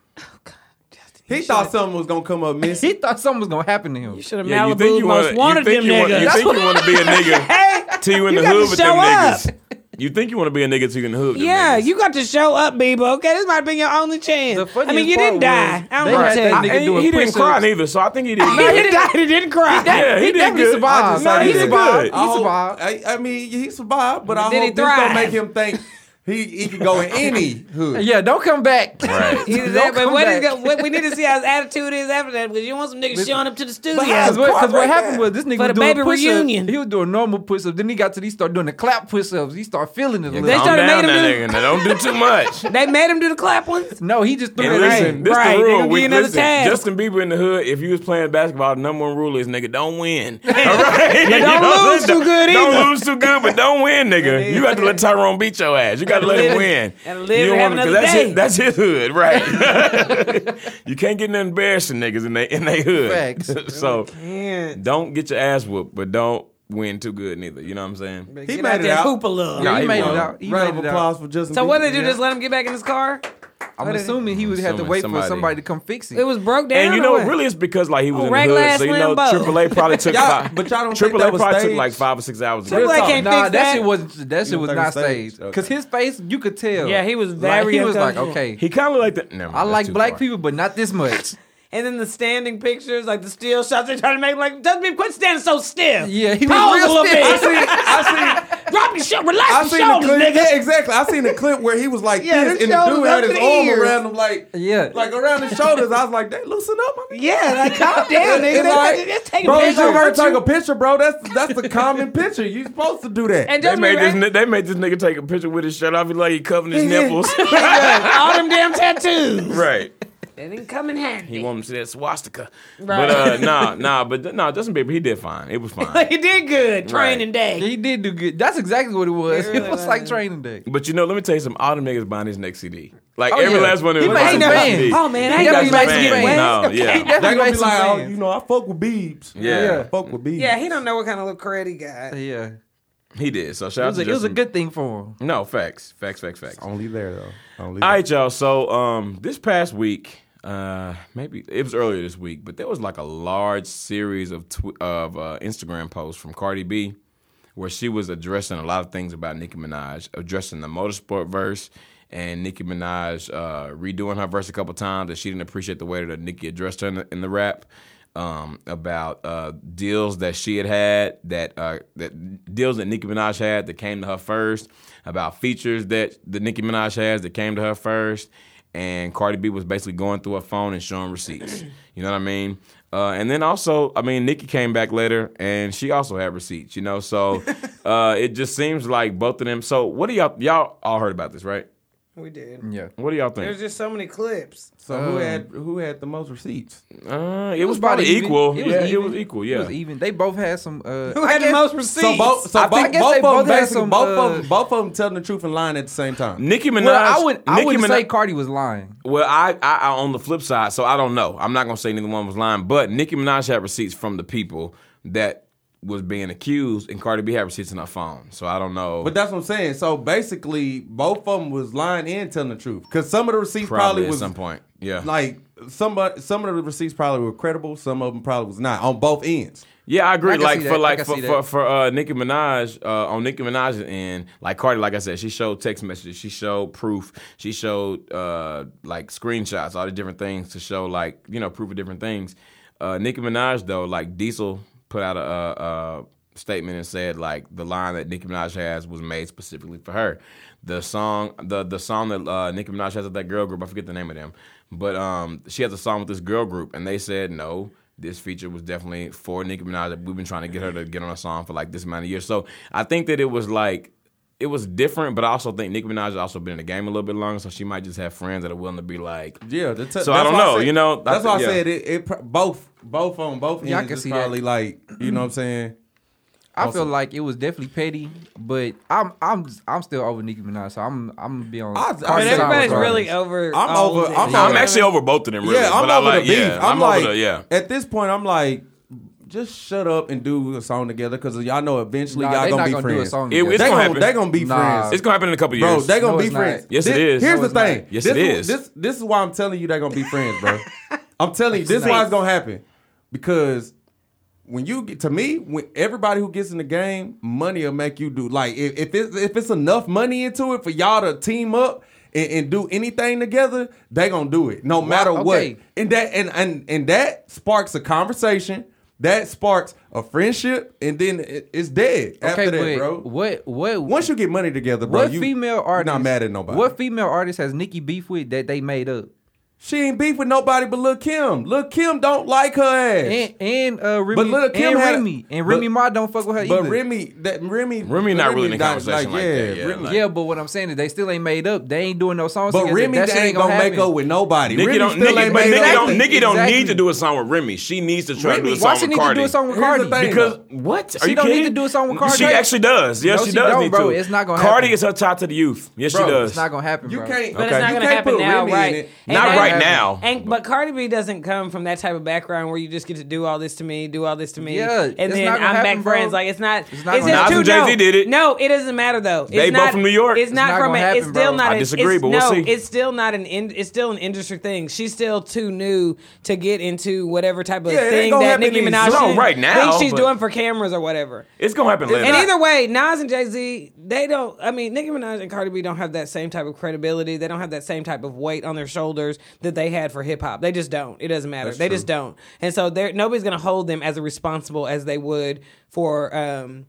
he thought something was gonna come up missing. He thought something was gonna happen to him. you should have Yeah, you Malibu think you most want? You wanted think them you want? You niggas. think you want to be a nigga? hey, Till you in You the got hood to with them show up. niggas. You think you want to be a nigga? Till you in the hood? With them yeah, niggas. you got to show up, Bieber. Okay, this might have been your only chance. The I mean, funniest you part didn't die. was I they don't want had to that tell I- you. nigga and doing he didn't push-ups. cry neither, so I think he did. No, good. he died. He didn't cry. Yeah, he, He did definitely good. survived. I just thought No, he he did survived. good. I He hope- survived. I, I mean, he survived, but Did I he hope this don't thrive? make him think he he could go in any hood. Yeah, don't come back. Right. Either Don't that, but come what, is back. go- what we need to see how his attitude is after that because you don't want some niggas showing up to the studio. Because what, 'cause what happened was this nigga For was the doing baby push-ups. reunion. He was doing normal push-ups. Then he got to these start doing the clap push-ups. He started feeling it a little. They Calm started down, making that him nigga. Now, don't do too much. They made him do the clap ones. no, he just threw And it listen, in. this Right, the they rule. gonna We, give you another listen, task. Justin Bieber in the hood. If you was playing basketball, the number one rule is nigga don't win. All right, You don't know what I'm lose saying? too good Don't either. lose too good, but don't win, nigga. You got to let Tyrone beat your ass. You got to let him Live- win. and live you and have wanna- 'cause another that's day. His, that's his hood, right? you can't get nothing embarrassing niggas in they in they hood. Facts. so Man, don't get your ass whooped, but don't win too good neither. You know what I'm saying? He get made out it there out. hoop a little. Nah, he, he made won. it out. He Round made of it out. applause for Justin. So what did they do? Bieber. Just let him get back in his car? I'm What did- assuming he would have to Assuming wait somebody- for somebody to come fix it. It was broke down. And you or know, what? really, it's because like he was Oh, in the rag hood, lass so you know, Lambo. AAA probably took Y'all- five. but y'all don't think AAA that was probably took staged? like five or six hours. to Triple get A it. can't nah, fix that that. shit wasn't. That shit don't was think it not was staged? staged. Because his face, you could tell. Yeah, he was Like, very he was like, uncomfortable. okay, He kind of like that. Never mind, I that's like too black far. people, but not this much. And then the standing pictures, like the still shots they trying to make, like doesn't mean quit standing so stiff. Yeah, he was Pose a real little stiff. bit. I seen, I seen, Drop your shoulder, relax I your seen the shoulders, clip. nigga. Yeah, exactly. I seen the clip where he was like Yeah, this, them and the dude shoulders had up his to the arm ears. around him, like Yeah. like around his shoulders. I was like, "They loosen up, my nigga." Yeah, like calm down, nigga. They- It's like, Just take bro, a you picture. should What take you- a picture, bro. That's that's the common picture. You supposed to do that. And They just made this. remember, ni- They made this nigga take a picture with his shirt off. He like he covering his nipples. all them damn tattoos. right. They didn't come in handy. He want him to see that swastika. Right. But uh, nah, nah. But nah, Justin Bieber, he did fine. It was fine. he did good. Right. Training day. he did do good. That's exactly what it was. It It, really was like was. training day. but you know, let me tell you some. All them niggas buying his next CD. Like Oh, every yeah. last one of He them. made buying some his fans. CD. Oh man, I He ain't got gonna be definitely some nice to fans. get wet. No, He yeah. They definitely gonna made be some like, "Oh, fans. you know, I fuck with Biebs. Yeah. fuck with Biebs. Yeah, he don't know what kind of look career he got. Yeah, He did. So it shout out was, to a, it Justin. was a good thing for him. No facts, facts, facts, facts. Only there though. Only All right, y'all. So um, this past week, uh, maybe it was earlier this week, but there was like a large series of tw- of uh, Instagram posts from Cardi B, where she was addressing a lot of things about Nicki Minaj, addressing the motorsport verse. And Nicki Minaj uh, redoing her verse a couple times that she didn't appreciate the way that Nicki addressed her in the, in the rap um, about uh, deals that she had had that uh, that deals that Nicki Minaj had that came to her first, about features that the Nicki Minaj has that came to her first, and Cardi B was basically going through her phone and showing receipts. You know what I mean? Uh, and then also, I mean, Nicki came back later and she also had receipts. You know, so uh, it just seems like both of them. So what do y'all y'all all heard about this, right? We did. Yeah, What do y'all There's think? just so many clips. So who had who had the most receipts? Uh, it, was probably even. equal. It was yeah, it even. was equal. It Yeah, was even. They both had some. Uh, Who had the most receipts? So both, so I both, think- I guess both, they of both had them, basically some, both of uh, them, both of them telling the truth and lying at the same time. Nicki Minaj. Well, I would. I Nicki wouldn't Minaj, say Cardi was lying. Well, I, I, I on the flip side, so I don't know. I'm not gonna say neither one was lying, but Nicki Minaj had receipts from the people that was being accused, and Cardi B had receipts in her phone. So I don't know. But that's what I'm saying. So basically, both of them was lying and telling the truth. Because some of the receipts probably, probably, at was some point. Yeah. like somebody. Some of the receipts probably were credible. Some of them probably was not on both ends. Yeah, I agree. I can like see for that. I like can for see for, that. for uh, Nicki Minaj uh, on Nicki Minaj's end, like Cardi, like I said, she showed text messages, she showed proof, she showed uh, like screenshots, all the different things to show like you know proof of different things. Uh, Nicki Minaj though, like Diesel put out a, uh uh statement and said like the line that Nicki Minaj has was made specifically for her. The song, the the song that uh, Nicki Minaj has with that girl group, I forget the name of them, but um, she has a song with this girl group, and they said no this feature was definitely for Nicki Minaj. We've been trying to get her to get on a song for like this amount of years. So I think that it was like it was different, but I also think Nicki Minaj has also been in the game a little bit longer, so she might just have friends that are willing to be like, Yeah. the t- So I that's don't why know, said- you know, I that's why I th- yeah. said it. it pro- both both on both ends. Yeah, I can is see that. probably like you know what I'm saying. I feel like it was definitely petty, but I'm I'm I'm still over Nicki Minaj, so I'm I'm gonna be on. I- I mean, Cardi's side with everybody's Cardi. really over. I'm all over- of it. I'm You know over- what I'm I actually mean? over both of them, really. Yeah, I'm but I over like, the beef. yeah, I'm, like, over the, yeah. At this point, I'm like, just shut up and do a song together because y'all know eventually Nah, y'all they gonna not be gonna friends. do a song. It- they it's together. gonna gonna, happen. they gonna be Nah. friends. It's gonna happen in a couple Bro, years. they gonna No, be it's not. friends. Yes, it Thi- is. Here's No, the it's thing. not. Yes, this, it is. This this is why I'm telling you they're gonna be friends, bro. I'm telling you, this is why it's gonna happen because when you get to me, when everybody who gets in the game, money will make you do like if if it's, if it's enough money into it for y'all to team up. And, and do anything together, they gonna do it no matter okay. what. And that and, and and that sparks a conversation. That sparks a friendship, and then it, it's dead okay, after but that, bro. what what Once you get money together, bro, what you female artist? not mad at nobody. What female artist has Nicki beef with that they made up? She ain't beef with nobody but Lil Kim. Lil Kim don't like her ass. And and uh, Remy, But Lil' Kim and had- Remy, and but- Remy Ma don't fuck with her but either. Remy, that Remy, Remy not really in the conversation like that, yeah, like- yeah, but what I'm saying is they still ain't made up. They ain't doing no songs. but together. Remy That shit ain't gonna make happen. up with nobody. Nicki Remy don't, still Nicki, ain't but made Nicki up. don't, Nicki don't Exactly. need to do a song with Remy. She needs to try to do a Remy, song Why she with need to Cardi. do a song with Here's the Cardi? thing. Because what? Are She you don't need kidding? to do a song with Cardi. She actually does. Yes, No, she, she does don't, need bro. to. It's not gonna Cardi happen. is her top to the youth. Yes, she Bro, does. It's not gonna happen. You bro. can't. But it's Okay. not you gonna can't happen put now, Remy in right? it. And Not that- right now. And but Cardi B doesn't come from that type of background where you just get to do all this to me, do all this to me, Yeah, and it's then not I'm gonna back happen, bro. friends. Like it's not. It's, It's not gonna just happen. Nas too and Jay-Z no. did it. No, it doesn't matter though. It's They both not, from New York. It's not, not from. gonna a, it's happen, still bro. I not. a- disagree, it's, but we'll no, see. It's still not an. In, it's still an industry thing. She's still too new to get into whatever type of Yeah, it ain't thing gonna that happen Nicki in- Minaj No, thinks- right now, thinks she's but- doing for cameras or whatever. It's gonna happen later. And either way, Nas and Jay Z, they don't. I mean, Nicki Minaj and Cardi B don't have that same type of credibility. They don't have that same type of weight on their shoulders that they had for hip hop. They just don't. It doesn't matter. they just don't. And so they're nobody's gonna hold them as responsible as they would for. um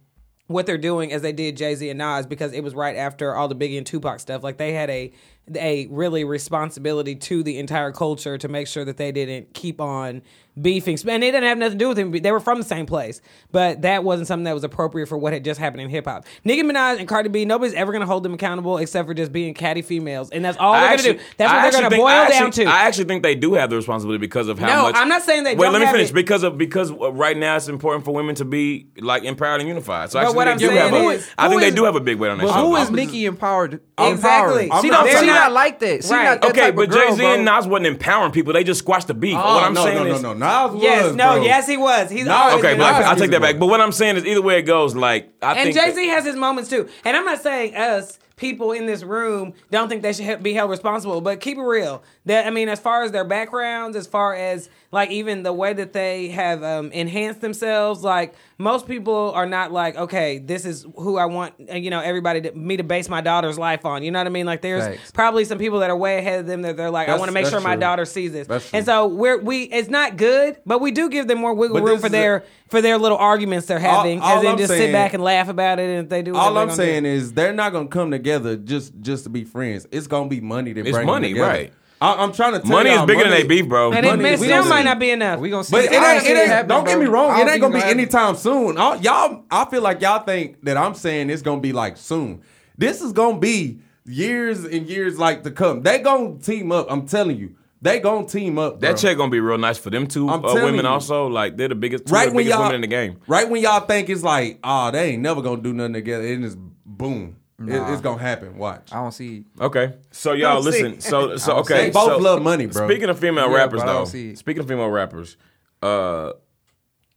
what they're doing as they did Jay Z and Nas because it was right after all the Biggie and Tupac stuff. Like they had a a really responsibility to the entire culture to make sure that they didn't keep on beefing. And it didn't have nothing to do with them. They were from the same place, but that wasn't something that was appropriate for what had just happened in hip hop. Nicki Minaj and Cardi B, nobody's ever going to hold them accountable except for just being catty females, and that's all I they're going to actually- do. That's I what actually they're going to think- boil I down actually- to. I actually think they do have the responsibility because of how No, much. I'm not saying they Wait, don't let me have finish. it. Because of because uh, right now it's important for women to be like empowered and unified. So I But actually what think I'm they do saying have a- is- I who think they is- do have a big weight on their But who shoulders. is Nicki empowered? Exactly. Empowered? She I'm don't. not- She I'm not not- like that. She Right. not that Okay, type but of girl, Jay Z bro. and Nas wasn't empowering people. They just squashed the beef. Oh, what I'm no, saying no, is, no, no, Nas yes, was, no, bro. yes, he was. He's No, always Okay, been but Nas like I, I is take that the back. But what I'm saying is, either way it goes, like I And think that- Jay Z has his moments too. And I'm not saying us people in this room don't think they should he- be held responsible, but keep it real. That I mean, as far as their backgrounds, as far as like even the way that they have um, enhanced themselves, like most people are not like, okay, this is who I want. uh, You know, everybody to, me to base my daughter's life on. You know what I mean? Like there's Facts. probably some people that are way ahead of them that they're like, I That's- want to make that's sure my true. daughter sees this. That's true. And so we're we it's not good, but we do give them more wiggle But room this for is their a- for their little arguments they're All- having, all as they I'm just sit saying- back and laugh about it, and if they do, All I'm saying is they're not gonna come together just just to be friends. It's gonna be money to It's bring money, them together. right. I, I'm trying to tell money is y'all, bigger than money- they beef, bro. and Money- it may- is- we still don't might see- not be enough. We gonna see. But it I don't ain't, see it ain't, happen, don't bro. get me I wrong. It don't ain't think gonna be happen. anytime soon. All, y'all, I feel like y'all think that I'm saying it's gonna be like soon. This is gonna be years and years like to come. They gonna team up. I'm telling you, they gonna team up. That bro. check gonna be real nice for them two I'm uh, telling women. you. Also, like they're the biggest, two of Right the when biggest y'all women in the game. Right when y'all think it's like, oh, they ain't never gonna do nothing together. And it's boom, It- Nah. it's gonna happen. Watch. I don't see. it. Okay, so y'all Don't see. listen. So so okay, They both so- love money, bro. Speaking of female Yeah, rappers, but I don't though. see it. Speaking of female rappers, uh,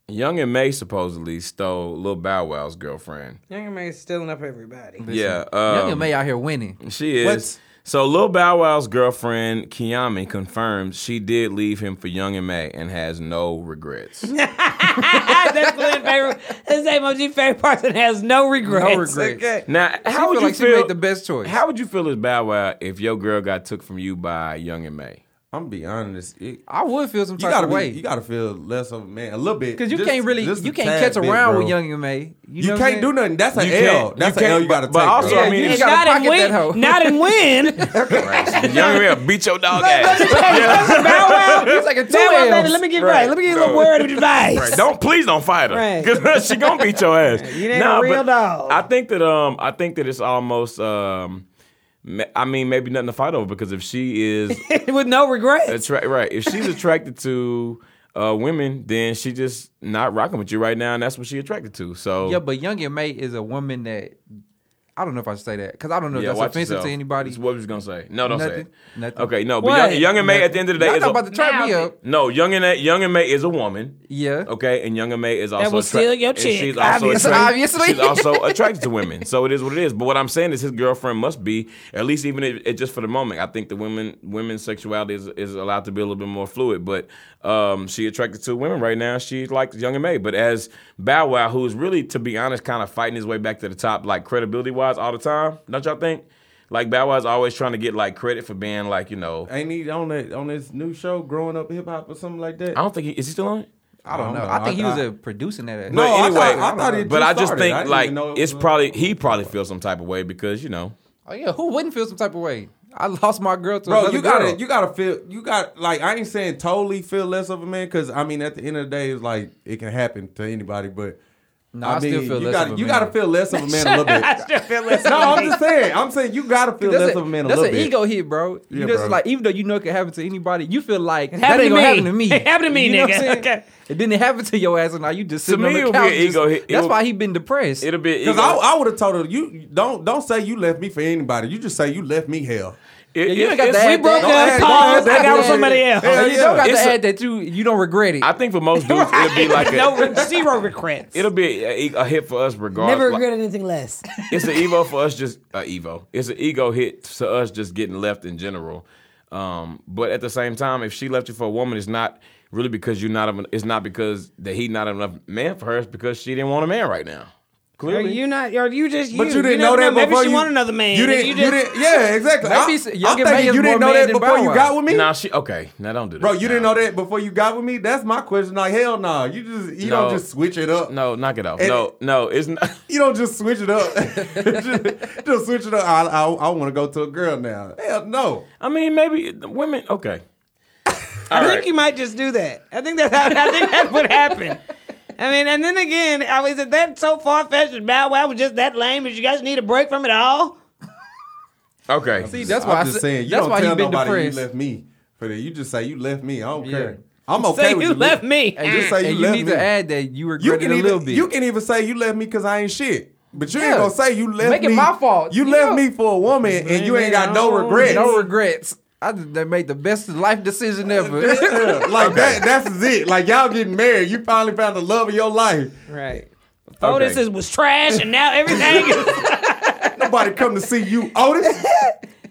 Young and May supposedly stole Lil Bow Wow's girlfriend. Young May's stealing up everybody. Yeah, Young um, and May out here winning. She is. What? So Lil Bow Wow's girlfriend Kiami confirms she did leave him for Young and May and has no regrets. That's Glenn's favorite. That's MOG favorite person has no regrets. No regrets. Okay. now, how would feel you like she feel? made the best choice. How would you feel as Bow Wow if your girl got took from you by Young and May? I'm gonna be honest. It, I would feel some you type gotta of way. be, you gotta feel less of a man a little bit Cause you Just- can't really, just you a can't tad catch bit, around bro. with Young and May. You, You, know what I'm can't do saying? nothing. That's an You L. can't- That's you an L can't- you gotta but take. bro. also, I Yeah, mean, and you gotta not and pocket that hoe. win. Not and win. Young and May will beat your dog ass. Bow Wow. It's like a two Bow Wow, baby, L's. let me get Right, right. Let me get a little bro. word of advice. Right. Don't please don't fight her. Right. 'Cause she gonna beat your ass. You ain't a real but dog. I think that um I think that it's almost um ma- I mean maybe nothing to fight over because if she is With no regrets. attract right if she's attracted to uh women then she just not rocking with you right now and that's what she attracted to. So Yeah, but Young and May is a woman that I don't know if I should say that because I don't know Yeah, if watch that's offensive yourself. to anybody. That's what was gonna say? No, don't say Nothing. it. Nothing. Okay, no, What? but young, young and May at the end of the day Y'all is not a, about to try me Now- up. no young and young and May is a woman. Yeah. Okay, and Young and May is also was still your and chick, She's also obviously. attract- Obviously. she's also attracted to women, so it is what it is. But what I'm saying is, his girlfriend must be at least even if, if just for the moment. I think the women women's sexuality is, is allowed to be a little bit more fluid, but um, she attracted to women right now. She likes Young and May, but as Bow Wow, who's really to be honest, kind of fighting his way back to the top, like credibility wise, all the time. Don't y'all think? Like Bow Wow's always trying to get like credit for being like you know. Ain't he on that on this new show, Growing Up Hip Hop or something like that? I don't think he, is he still on it. I don't know. I think he was a producing that. No, But Oh, I anyway, thought- I thought it but just I just started. think I didn't like even know it it's was a- probably he probably feels some type of way because you know Oh yeah, who wouldn't feel some type of way? I lost my girl to Bro, another you gotta girl. you gotta feel you got like I ain't saying totally feel less of a man because I mean at the end of the day it's like it can happen to anybody, but No, I still feel you less gotta of a you man. gotta feel less of a man a little bit. no, I'm just saying. I'm saying you gotta feel that's less a- of a man a that's little an bit. ego hit, bro. You Yeah, just bro. like even though you know it can happen to anybody, you feel like that happened ain't to gonna me. happen to me. It happened to me, you know nigga. What I'm saying? Okay. It didn't happen to your ass, and now you just sitting me, on the it'll be couch. an ego just- hit. That's It'll- why he been depressed. it'll be Because ego. I, I would have told her you don't don't say you left me for anybody. You just say you left me hell. it- Yeah, you it- ain't got it's- that- We broke Don't up. add- don't Pause. add I got with that. somebody else. Hell you don't yeah. got to It's a- add that you you don't regret it. I think for most dudes it'll be like a, no, zero regrets. it'll be a, a hit for us regardless. Never Like, regret anything less. it's an evo for us just uh, evo. It's an ego hit to us just getting left in general. Um, but at the same time, if she left you for a woman, it's not really because you're not. A, it's not because that he not enough man for her. It's because she didn't want a man right now. Are Clearly, you not? Are you just? But you, didn't never know that Maybe before she you want another man. You and didn't. You, just- didn't. Yeah, exactly. Maybe I, it's- Young I'm and May thinking is you didn't more know man that than before Bow you Wow. got with me. Nah, she okay. Now don't do that, Bro, you didn't Nah. know that before you got with me. That's my question. Like hell, no. You just you No. don't just switch it up. No, knock it off. And- no, no, it's not. You don't just switch it up. just, just switch it up. I I, I want to go to a girl now. Hell no. I mean, maybe the women. Okay. I All think right. you might just do that. I think that's how, I think that's what happened. I mean, and then again, I was that that's so far fetched and Bow Wow was just that lame. Did you guys need a break from it all? Okay. See, that's why I'm I just said- saying. You that's don't why he tell been nobody depressed. you left me for that. You just say you left me. I don't Yeah. care. I'm okay Say with you left me. And just say and you you left need me. to add that you You regret can it a even little bit. you can even say you left me because I ain't shit. But you ain't Yeah. gonna say you left Make it me. my fault. You You left know. me for a woman and you ain't got no Blame it on regrets. no regrets. I just, they made the best life decision ever. Yeah, like that. That's it. Like y'all getting married. You finally found the love of your life. Right. Otis is, was trash, and now everything. is- Nobody come to see you, Otis.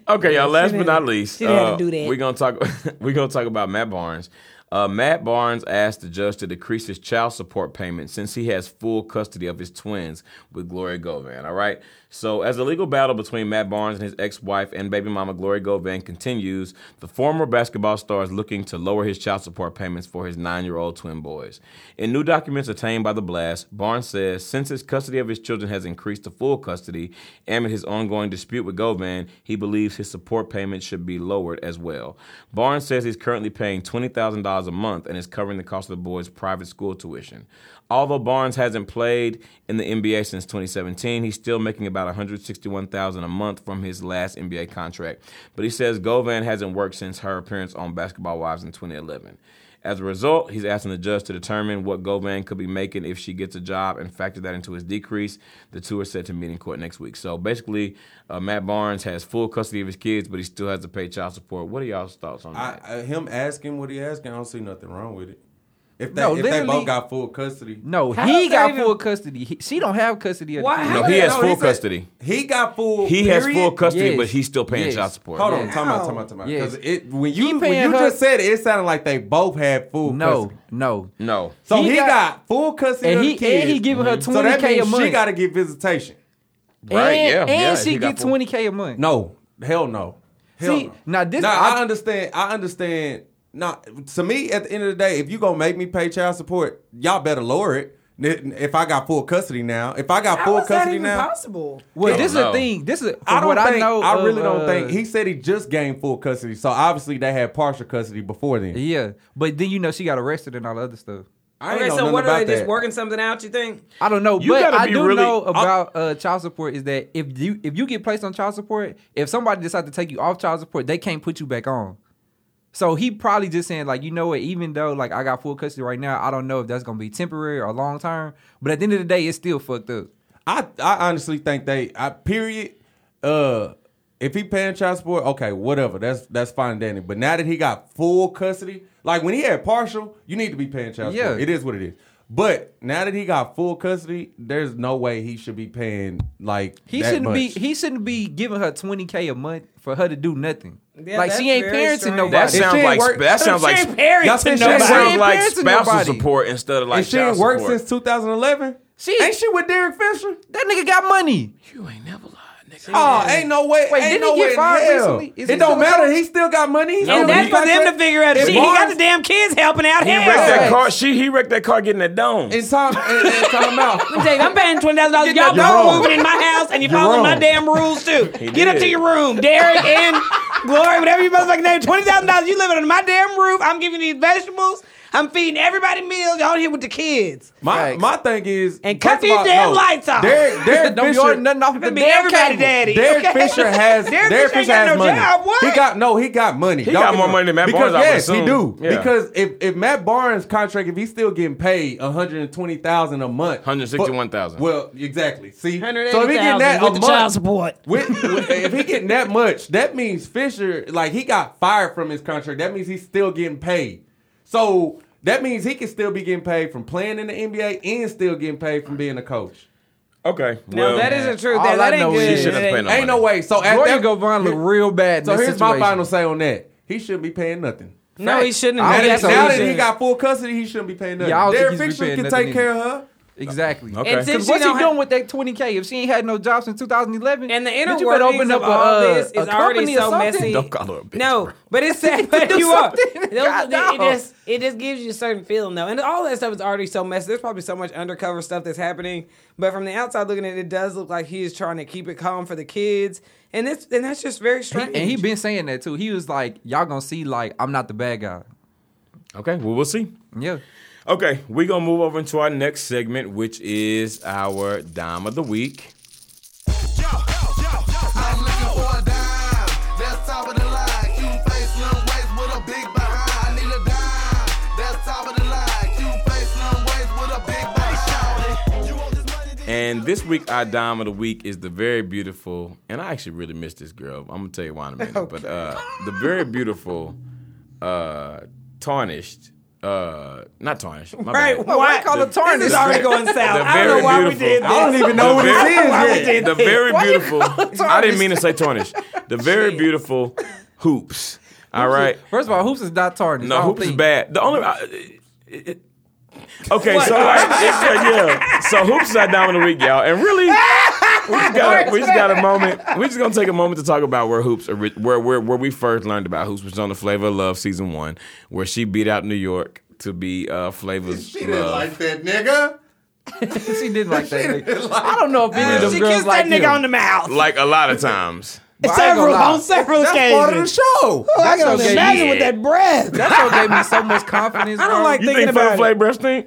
Okay, y'all. Last but not least, didn't have to uh, do that. we're gonna talk. we're gonna talk about Matt Barnes. Uh, Matt Barnes asked the judge to decrease his child support payment since he has full custody of his twins with Gloria Govan. All right. So, as the legal battle between Matt Barnes and his ex-wife and baby mama Gloria Govan continues, the former basketball star is looking to lower his child support payments for his nine-year-old twin boys. In new documents obtained by the Blast, Barnes says since his custody of his children has increased to full custody, amid his ongoing dispute with Govan, he believes his support payments should be lowered as well. Barnes says he's currently paying $20,000 a month and is covering the cost of the boys' private school tuition. Although Barnes hasn't played in the NBA since 2017, he's still making about $161,000 a month from his last NBA contract. But he says Govan hasn't worked since her appearance on Basketball Wives in 2011. As a result, he's asking the judge to determine what Govan could be making if she gets a job and factor that into his decrease. The two are set to meet in court next week. So basically, uh, Matt Barnes has full custody of his kids, but he still has to pay child support. What are y'all's thoughts on that? I, I, him asking what he asking, I don't see nothing wrong with it. If they, No, if they literally- both got full custody, No, How he is that got even- full custody. He- she don't have custody of the Why- kid. how No, he has No, full said- custody. He got full. He has full period? custody, Yes. but he's still paying Yes. child support. Hold on, time How? out, time out, time out. Yes. Because it when He you when paying you her- just said it, it sounded like they both had full No, custody. no. No. So He he, got- got, full custody And of he the kid. and he giving her so twenty that k a means month. she got to get visitation. Right, And, yeah, and yeah, she he got get full- twenty k a month. No, hell no. Hell See, no. now this- Nah, I- I, understand. I understand. Now, to me, at the end of the day, if you gonna make me pay child support, y'all better lower it. N- If I got full custody now, if I got How full is that custody even now, possible? Well, I this is don't the know. thing. This is from I don't what think. I know. I really of, don't uh, think he said he just gained full custody. So obviously they had partial custody before then. Yeah, but then you know she got arrested and all the other stuff. I ain't okay, know so nothing what are about they just that. working something out? You think? I don't know, You but gotta I be do really- know I- about uh, child support is that if you if you get placed on child support, if somebody decides to take you off child support, they can't put you back on. So he probably just saying like, you know what? Even though like I got full custody right now, I don't know if that's gonna be temporary or long term. But at the end of the day, it's still fucked up. I I honestly think they I period. Uh if he paying child support, okay, whatever. That's that's fine and dandy. But now that he got full custody, like when he had partial, you need to be paying child Yeah. support. It is what it is. But now that he got full custody, there's no way he should be paying like He that shouldn't much. be he shouldn't be giving her twenty k a month for her to do nothing. Yeah, like that's she ain't very parenting strange. nobody. That If she sounds ain't like work- that sounds She like ain't parenting Y'all said she that nobody. ain't sounds like She ain't parenting spousal nobody. support instead of like and she child ain't worked support. since 2011. She- ain't she with Derek Fisher? that nigga got money. you ain't never lied, nigga. Oh, ain't no way. Wait, ain't didn't no he get way in fired hell. recently? Is he It don't still a matter. coach? he still got money. No, and he- that's for them to figure out. If Shit, he got Mars- the damn kids helping out. He hell. wrecked that Right. car. She he wrecked that car getting that dome. in time and, and time out. Let me tell you, I'm paying twenty thousand dollars. Y'all You're both wrong. moving in my house, and you're You're following wrong. my damn rules too. Get up did. to your room, Derek and Glory, whatever you motherfucking name. Twenty thousand dollars. You living under my damn roof. I'm giving you these vegetables. I'm feeding everybody meals. Y'all here with the kids. My Facts. my thing is And first cut of these all, damn no, lights off. Derek, Derek Don't be Fisher, ordering nothing off of the That'd be damn everybody cable. daddy. Derek okay? Fisher has Derek Derek, Fisher ain't Fisher got no has money. job. What? He got no, he got money. He got more money than Matt because, Barnes, I would Yes, he assume. do. Yeah. Because if, if Matt Barnes' contract, if he's still getting paid one hundred and twenty thousand a month, $161,000. but- Well, exactly. See, so if he getting $180,000 that a with the child month. support. With, with- if he getting that much, that means Fisher, like he got fired from his contract. That means he's still getting paid. So that means he can still be getting paid from playing in the NBA and still getting paid from being a coach. okay. No, well, that isn't true. all That, that I ain't know good. is- She shouldn't That have ain't- No Ain't no money. way. So at Gloria that, Govan look real bad. in so this here's my situation. final say on that. He shouldn't be paying nothing. No, he shouldn't. I Now, have. don't that, think so now that either. he got full custody, he shouldn't be paying nothing. Yeah, I don't Derek think he's Fisher repaying can nothing take care of her. Exactly. Okay. And since Because she what's don't he ha- doing with that 20K if she ain't had no job since 2011? And the bitch, inner you better workings of all this is uh, a already company or so something. messy. Don't call her a bitch, No, bro. but it's sad. Need to But do you are. Those- something. God, it, no. just, it just gives you a certain feeling though, and all that stuff is already so messy. There's probably so much undercover stuff that's happening, but from the outside looking at it, it does look like he is trying to keep it calm for the kids, and it's and that's just very He- strange. and he been saying that too. He was like, "Y'all gonna see like I'm not the bad guy." okay. Well, we'll see. Yeah. Okay, we're gonna move over into our next segment, which is our dime of the week. I'm looking for a dime. That's top of the line. Cute face, slim waist with a big behind. I need a dime. That's top of the line. Cute face, slim waist with a big behind. You want this money? then And this week, our dime of the week is the very beautiful, and I actually really miss this girl. I'm gonna tell you why in a minute. But uh, the very beautiful, uh, tarnished, uh, not tarnished. My All right, bad. why why call it tarnished? This is already going south. The I don't very know why we beautiful- did this. I don't even know The what it very- is Why we yet. did The this? very Why you beautiful. call it I didn't tarnished? mean to say tarnished. The very beautiful hoops. All right. First of all, hoops is not tarnished. No, I don't hoops is think. bad. The only. I, it, it- okay, so like, it's like, yeah, so hoops is our dime of the week, y'all, and really. We just, got a, we just got a moment. We just gonna take a moment to talk about where hoops, ori- where where where we first learned about hoops, which was on the Flavor of Love season one, where she beat out New York to be uh, Flavor's She didn't love. like that nigga. she didn't like that. nigga. I don't know if any of them She girls kissed like that nigga him. on the mouth. like a lot of times. But I ain't gonna several lie. on several That's part of the occasions. show. I That's can okay. imagine with that breath. That show gave me so much confidence. I don't bro. like You Thinking think about Flavor it. Flav breath stink?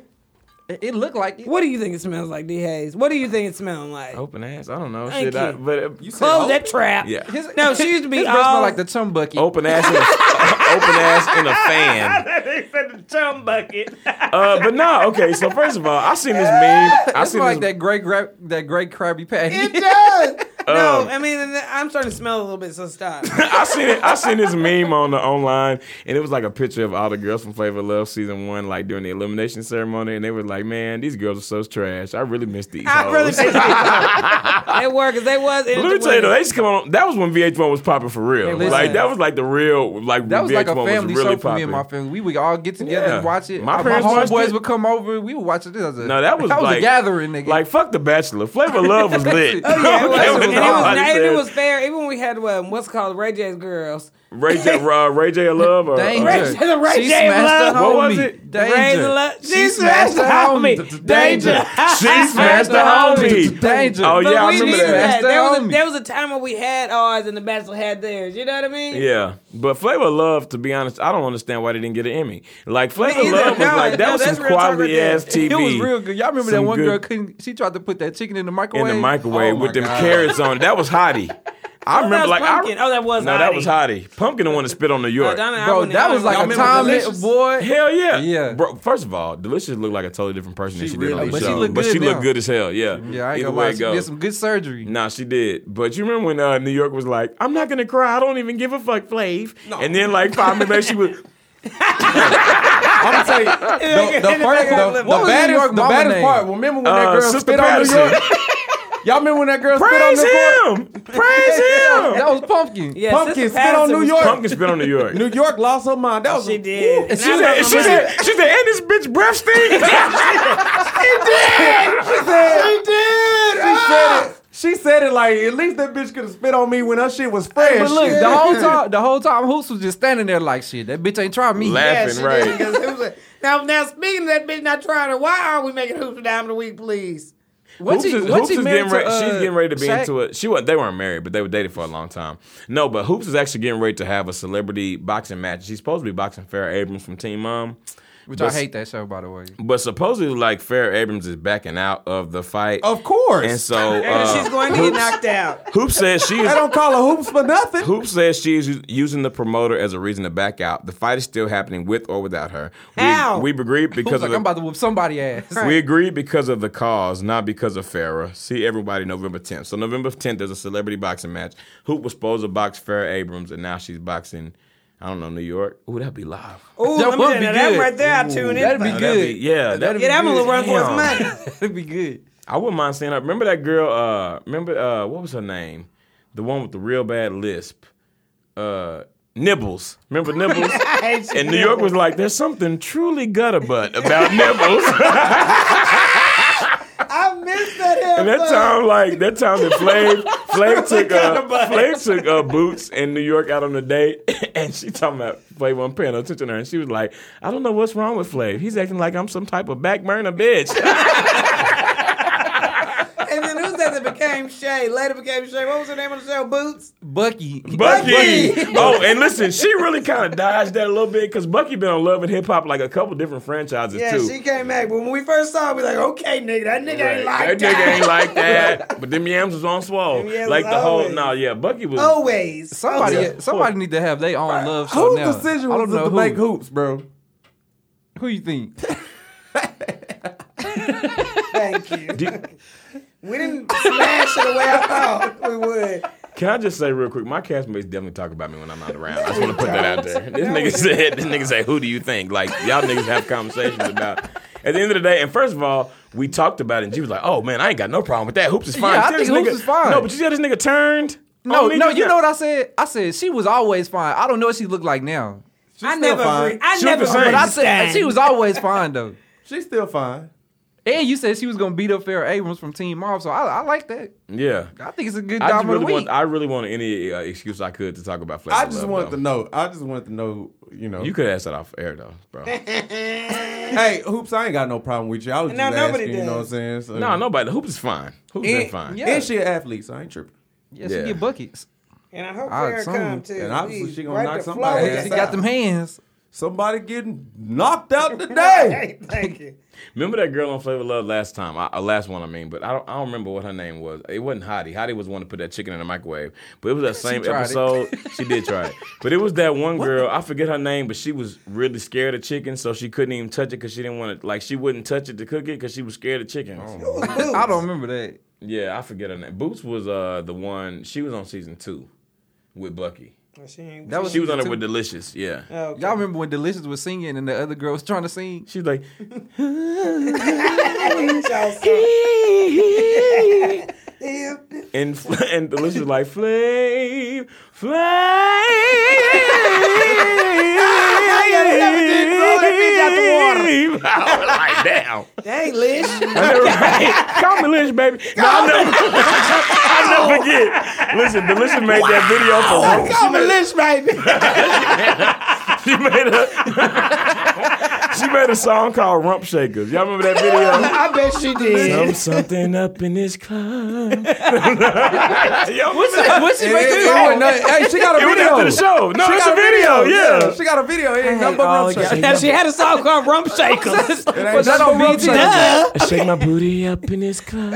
It looked like it. What do you think it smells like, D Hayes? What do you think it smells like? Open ass. I don't know. Thank Shit, I, you. but uh, Oh. Close that trap. Yeah. His- No, she used to be his breath smell all- like the chum bucket. open ass, in a, open ass in a fan. they said the chum bucket. Uh, but nah, okay. So first of all, I seen this meme. I It seen smell like this. that great gra- that great Krabby Patty. does. No, I mean, and I'm starting to smell a little bit, so stop. um, I seen it. I seen this meme on the online, and it was like a picture of all the girls from Flavor of Love season one, like during the elimination ceremony, and they were like, "Man, these girls are so trash. I really miss these." I really hoes." think they were because they was. But let me tell you though, they used to come on. That was when VH1 was popping for real. listen. like that was like the real, like when That was VH1 like a family was really show for me and my popping. family. We would all get together Yeah. and watch it. My My, my parents watched homeboys it. would come over. We would watch it. This was a, No, that was like a gathering, nigga. Like fuck the Bachelor. Flavor of Love was lit. Oh, yeah, it was. That and, it was, all and he it said. was fair. Even when we had um, what's it called Ray J's girls, Ray J, uh, Ray J, of Love or danger. or- Ray- the Ray she J smashed the love. homie. uh, What was it? Danger. Ray the lo- she, smashed the homie. Danger. She smashed the homie. Danger. Oh, But yeah, I we remember needed that. that. Smashed the There was, a, homie. there was a time when we had ours and the Bachelor had theirs. You know what I mean? Yeah, but Flavor of Love, to be honest, I don't understand why they didn't get an Emmy. Like Flavor Me of either. Love was No, like that no, was that's some real talk right quality there. ass TV. It was real good. Y'all remember that Some one girl good- couldn't? She tried to put that chicken in the in microwave. the microwave Oh, with my them God. carrots on. it. That was Hottie. I Oh, that remember was like Pumpkin. I, Oh, that was no, that was Hottie. Pumpkin the one that spit on New York. Bro, that was like a remember time Delicious? lit boy. Hell yeah, Yeah. Bro, first of all, Delicious looked like a totally different person than She she did really on the show. did. But she looked but good she now. looked good as hell. Yeah, Yeah, I ain't Either gonna way lie. it She goes. did some good surgery. Nah, she did. But you remember when uh, New York was like, "I'm not gonna cry. I don't even give a fuck, Flav." And then like five minutes later, she was. I'm telling you, the, the, first, the, the What was New baddest, York the mama baddest name? part. Remember when Uh, that girl Sister spit on New York? Y'all remember when that girl spit on Praise New York? him! Praise That him! was pumpkin. Yeah, Pumpkin Sister spit on Patterson New was- York. Pumpkin spit on New York. New York lost her mind. That was She did. Ooh. And She I said, lost she my said, mind. she said, and this bitch breath stink. She did. She said it. She said it like at least that bitch could have spit on me when her shit was fresh. But look, the whole time, the whole time, Hoops was just standing there like, "Shit, that bitch ain't trying me." Laughing, she did, right. 'cause it was like- now, now speaking of that bitch not trying to, why are we making hoops a dime a week, please? What's Hoops he, is, what's Hoops he is married getting to? ready. uh, she's getting ready to be Shaq? into it. She was. They weren't married, but they were dated for a long time. No, but Hoops is actually getting ready to have a celebrity boxing match. She's supposed to be boxing Farrah Abrams from Team Mom. Which But- I hate that show, by the way. But supposedly, like Farrah Abrams is backing out of the fight, of course. and so uh, And she's going to get knocked out. Hoop says she they is. don't call her hoops for nothing. Hoop says she is us- using the promoter as a reason to back out. The fight is still happening with or without her. We, How? we agreed Hoops because like, of the, I'm about to whoop somebody ass. we agreed because of the cause, not because of Farrah. See everybody November 10th. So November 10th, there's a celebrity boxing match. Hoop was supposed to box Farrah Abrams, and now she's boxing. I don't know New York. Ooh, that'd be live. Ooh, That let me would tell you, be now, that good. right there, I tune in. That'd be for. that'd good. be- yeah, that'd- Yeah, Oh, that little run for his Damn. money. That'd be good. I wouldn't mind seeing her. Remember that girl? Uh, remember uh, what was her name? The one with the real bad lisp. Uh, Nibbles. Remember Nibbles? and New York was like, "There's something truly gutter butt about Nibbles." I missed that. hell and that stuff. time, like that time that Flav, Flav took uh, Flav took uh, Boots in New York out on a date, and she talking about Flav wasn't paying no attention to her, and she was like, "I don't know what's wrong with Flav. He's acting like I'm some type of back burner bitch." And then who's that that became Shay? Later became Shay. What was her name on the show? Boots. Bucky. Bucky. oh, and listen, she really kind of dodged that a little bit because Bucky been on Love and Hip Hop like a couple different franchises Yeah, too. she came back. But when we first saw her, we like, okay, nigga, that nigga ain't That like that. nigga ain't like that. But them yams was on swole. Them yams Like the was whole always- no, yeah, Bucky was Always. Somebody, Yeah. somebody need to have their own love show Whose now. decision I was don't it know to who. make hoops, bro? Who you think? Thank you. we didn't smash it the way I thought we would. Can I just say real quick, my castmates definitely talk about me when I'm not around. I just want to put that out there. This nigga said, this nigga said, who do you think? Like, y'all niggas have conversations about. At the end of the day, and first of all, we talked about it, and she was like, "Oh man, I ain't got no problem with that. Hoops is fine." Yeah, I See how this think Hoops nigga- is fine. No, but you see how this nigga turned. No, on me no. just You know now? what I said? I said she was always fine. I don't know what she looked like now, I never fine. agree. I She never was the same. agree. but I said she was always fine though. She's still fine. And you said she was gonna beat up Farrah Abrams from Team Mom, so I, I like that. Yeah. I think it's a good I just dime of really the week. want. I really want any uh, excuse I could to talk about Flavor I of just Love, wanted though. to know. I just wanted to know. You know. You could ask that off air though, bro. hey, hoops. I ain't got no problem with you. I was No, just nobody asking. You does. know what I'm saying? So, no, nobody. Hoop is fine. Hoop And, is fine. yeah. and she an athlete, so I ain't tripping. Yeah. yeah, she get buckets. And I hope I Farrah assume- come too. and obviously Jeez, she gonna right knock the floor somebody with out. She that got them hands. Somebody getting knocked out today. sound. Thank you. Remember that girl on Flavor Love last time? I, uh, last one, I mean, but I don't. I don't remember what her name was. It wasn't Hottie. Hottie was the one to put that chicken in the microwave. But it was that same tried it. episode. she did try it. But it was that one girl. I forget her name, but she was really scared of chicken, so she couldn't Oh. even touch it because she didn't want to. Like she wouldn't touch it to cook it because she was scared of chickens. I don't remember that. Yeah, I forget her name. Boots was uh the one. She was on season two with Bucky. She ain't- That was She was on it season with two. Delicious. Yeah. Oh, okay. Y'all remember when Delicious was singing and the other girl was trying to sing? She's like, Y'all suck. and and Delicious was like flame, flame. I was like, damn. Dang, Lish. Call me Lynch, baby. No, I never, I never forget. Listen, Delicious made that video for Call me Lynch, baby. She made a She made a song called Rump Shakers. Y'all remember that video? I bet she did. Dump something up in this club. Yo, what's What's she It- it- it wasn't nothing. Hey, she got a It went video. after the show. No, she it's got a video. Yeah. she got a video. It ain't nothing all but real shit. Now, she had a song called Rump Shakers. It ain't nothing but real shit. I shake my booty up in this club.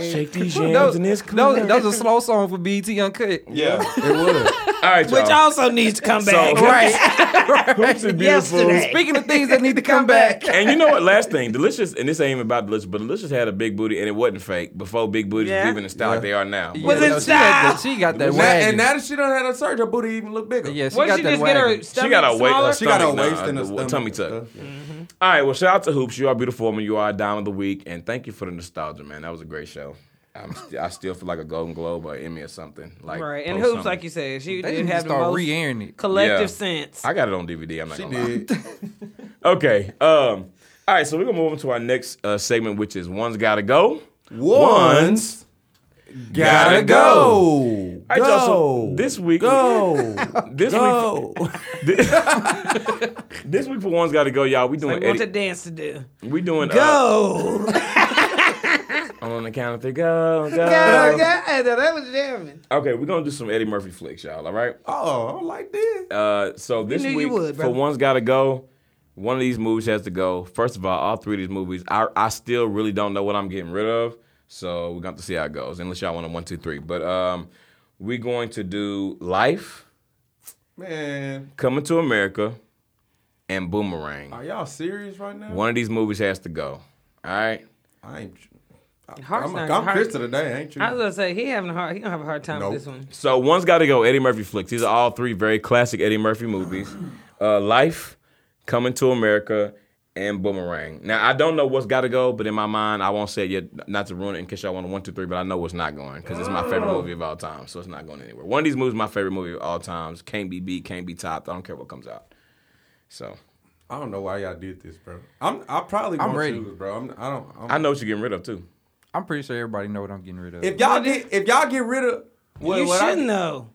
Shake these Those, jams in this those, club. that was a slow song for BT Uncut. Yeah. It would. All right, Which y'all. also needs to come So, back. Hoops and beautiful. Yesterday. Speaking of things that need to come back. And you know what? Last thing, Delicious, and this ain't even about Delicious, but Delicious had a big booty, and it wasn't fake before big booties Yeah. was even in style like they are now. Was it Yeah, no, she got style? that- She got that Now, and wagon. now that she done had her surgery, her booty even look bigger. Yeah, she What got did she that just get her wagon. She stomach got a waist, smaller? her She got a stomach, waist nah, and a the stomach tummy and tuck. stuff, yeah. All right, well, shout out to Hoops. You are beautiful woman. You are a dime of the week, and thank you for the nostalgia, man. That was a great show. I'm st- I still feel like a Golden Globe or Emmy or something. Like Right. And post Hoops, something. like you said, she They did need to have the start most re-airing it. collective Yeah. sense. I got it on DVD. I'm not She gonna lie. did. Okay. Um. All right. So we're gonna move on to our next uh, segment, which is one's gotta go. One's gotta go. All right, y'all, so this week, Go. Oh, this Go. week, this, this week for one's gotta go, y'all. We doing I want to Eddie, dance to do. we doing Uh, Go. I'm on the count of three. Go, go. Go, go. Hey, That was jamming. Okay, we're gonna do some Eddie Murphy flicks, y'all. All right. Oh, I don't like this. Uh, so this knew you week, would, bro. for one's got to go. One of these movies has to go. First of all, all three of these movies, I I still really don't know what I'm getting rid of. So we're going to see how it goes, unless y'all want a one, two, three. But um, we're going to do Life, Man, Coming to America, and Boomerang. are y'all serious right now? One of these movies has to go. All right. I ain't. I, Heart's I'm, not- I'm heart- Krista today, ain't you? I was gonna say he having a hard. He gonna have a hard time Nope. with this one. So one's got to go. Eddie Murphy flicks. These are all three very classic Eddie Murphy movies. Uh, Life, Coming to America, and Boomerang. Now I don't know what's got to go, but in my mind, I won't say it yet, not to ruin it in case y'all want a one, two, three. But I know it's not going because it's my favorite Oh. movie of all time, so it's not going anywhere. One of these movies, is my favorite movie of all times, can't be beat, can't be topped. I don't care what comes out. So I don't know why y'all did this, bro. I'm. I probably I'm won't ready. choose, bro. I'm, I don't. I'm, I know what you're getting rid of too. I'm pretty sure everybody know what I'm getting rid of. if y'all get, if y'all get rid of, what, you what I- should know.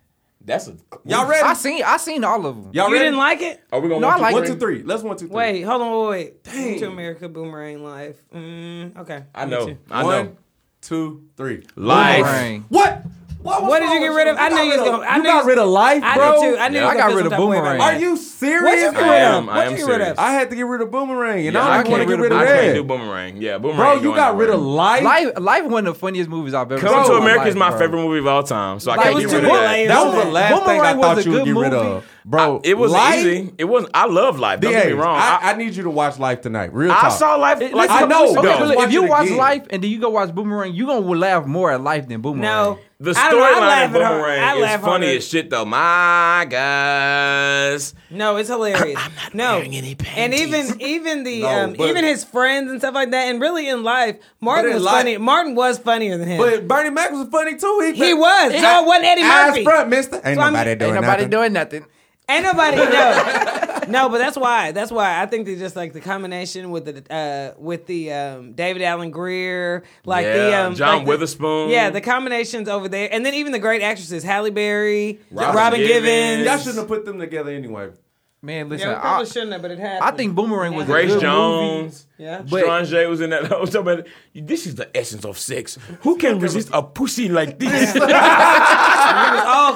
That's a Y'all ready? I seen I seen all of them. Y'all You ready? didn't like it? Are we gonna No, one, I like one, three? two, three. Let's one, two, three. Wait, hold on, wait. wait. To America, Boomerang Life. Mm, okay. I me know. too. I know. One, two, three. Life. Boomerang. What? What, What did you get rid of? I knew you was gonna- I You knew you got was- rid of life, I bro. did too. I knew. Yeah, you was I gonna got feel rid some of type way about Boomerang. it. Are you What you serious? get I rid of? am. I What am you get rid serious. of? I had to get rid of boomerang, and Yeah, I I don't want to can't get rid rid of of I can't do that. Boomerang. Yeah, Boomerang. Bro, ain't you going got rid nowhere. of life. Life Life one of the funniest movies I've ever Coming seen. to in my America life, is my bro. favorite movie of all time, so I Like, can't it get was rid too of that. late. That was Boomerang the last thing was I a thought you would good get rid movie. of, bro. It was life, easy. It was. I love life. Don't DA, get me wrong. I, I, I need you to watch life tonight. Real I talk. saw life like I a couple know. weeks Okay, ago. but Oh, Look, Watch if you it watch again. Life and then you go watch Boomerang, you gonna laugh more at Life than Boomerang. No. The I don't know. I storyline of laugh at her. I Boomerang is laugh harder. funny as shit, though. My guys. No, it's hilarious. I'm not no, any and even even the No, um, but- even his friends and stuff like that, and really in life, Martin in was life- funny. Martin was funnier than him. But Bernie Mac was funny too. he was. No, it wasn't Eddie Ass Murphy. front, Mister. Ain't So I'm- nobody doing Ain't nobody nothing. doing nothing. Ain't nobody no. No, but that's why. That's why I think they just like the combination with the uh with the um David Allen Greer, like the Yeah, um John like the- Witherspoon. yeah, the combinations over there, and then even the great actresses, Halle Berry, Robin Robin, Givens. Givens. Y'all shouldn't have put them together anyway. Man, Yeah, listen, we probably I, shouldn't have, but it happened. I think Boomerang was a Grace good Jones. Yeah. But, John Jay was in that. I was talking about, this is the essence of sex. Who can resist a pussy like this? we was all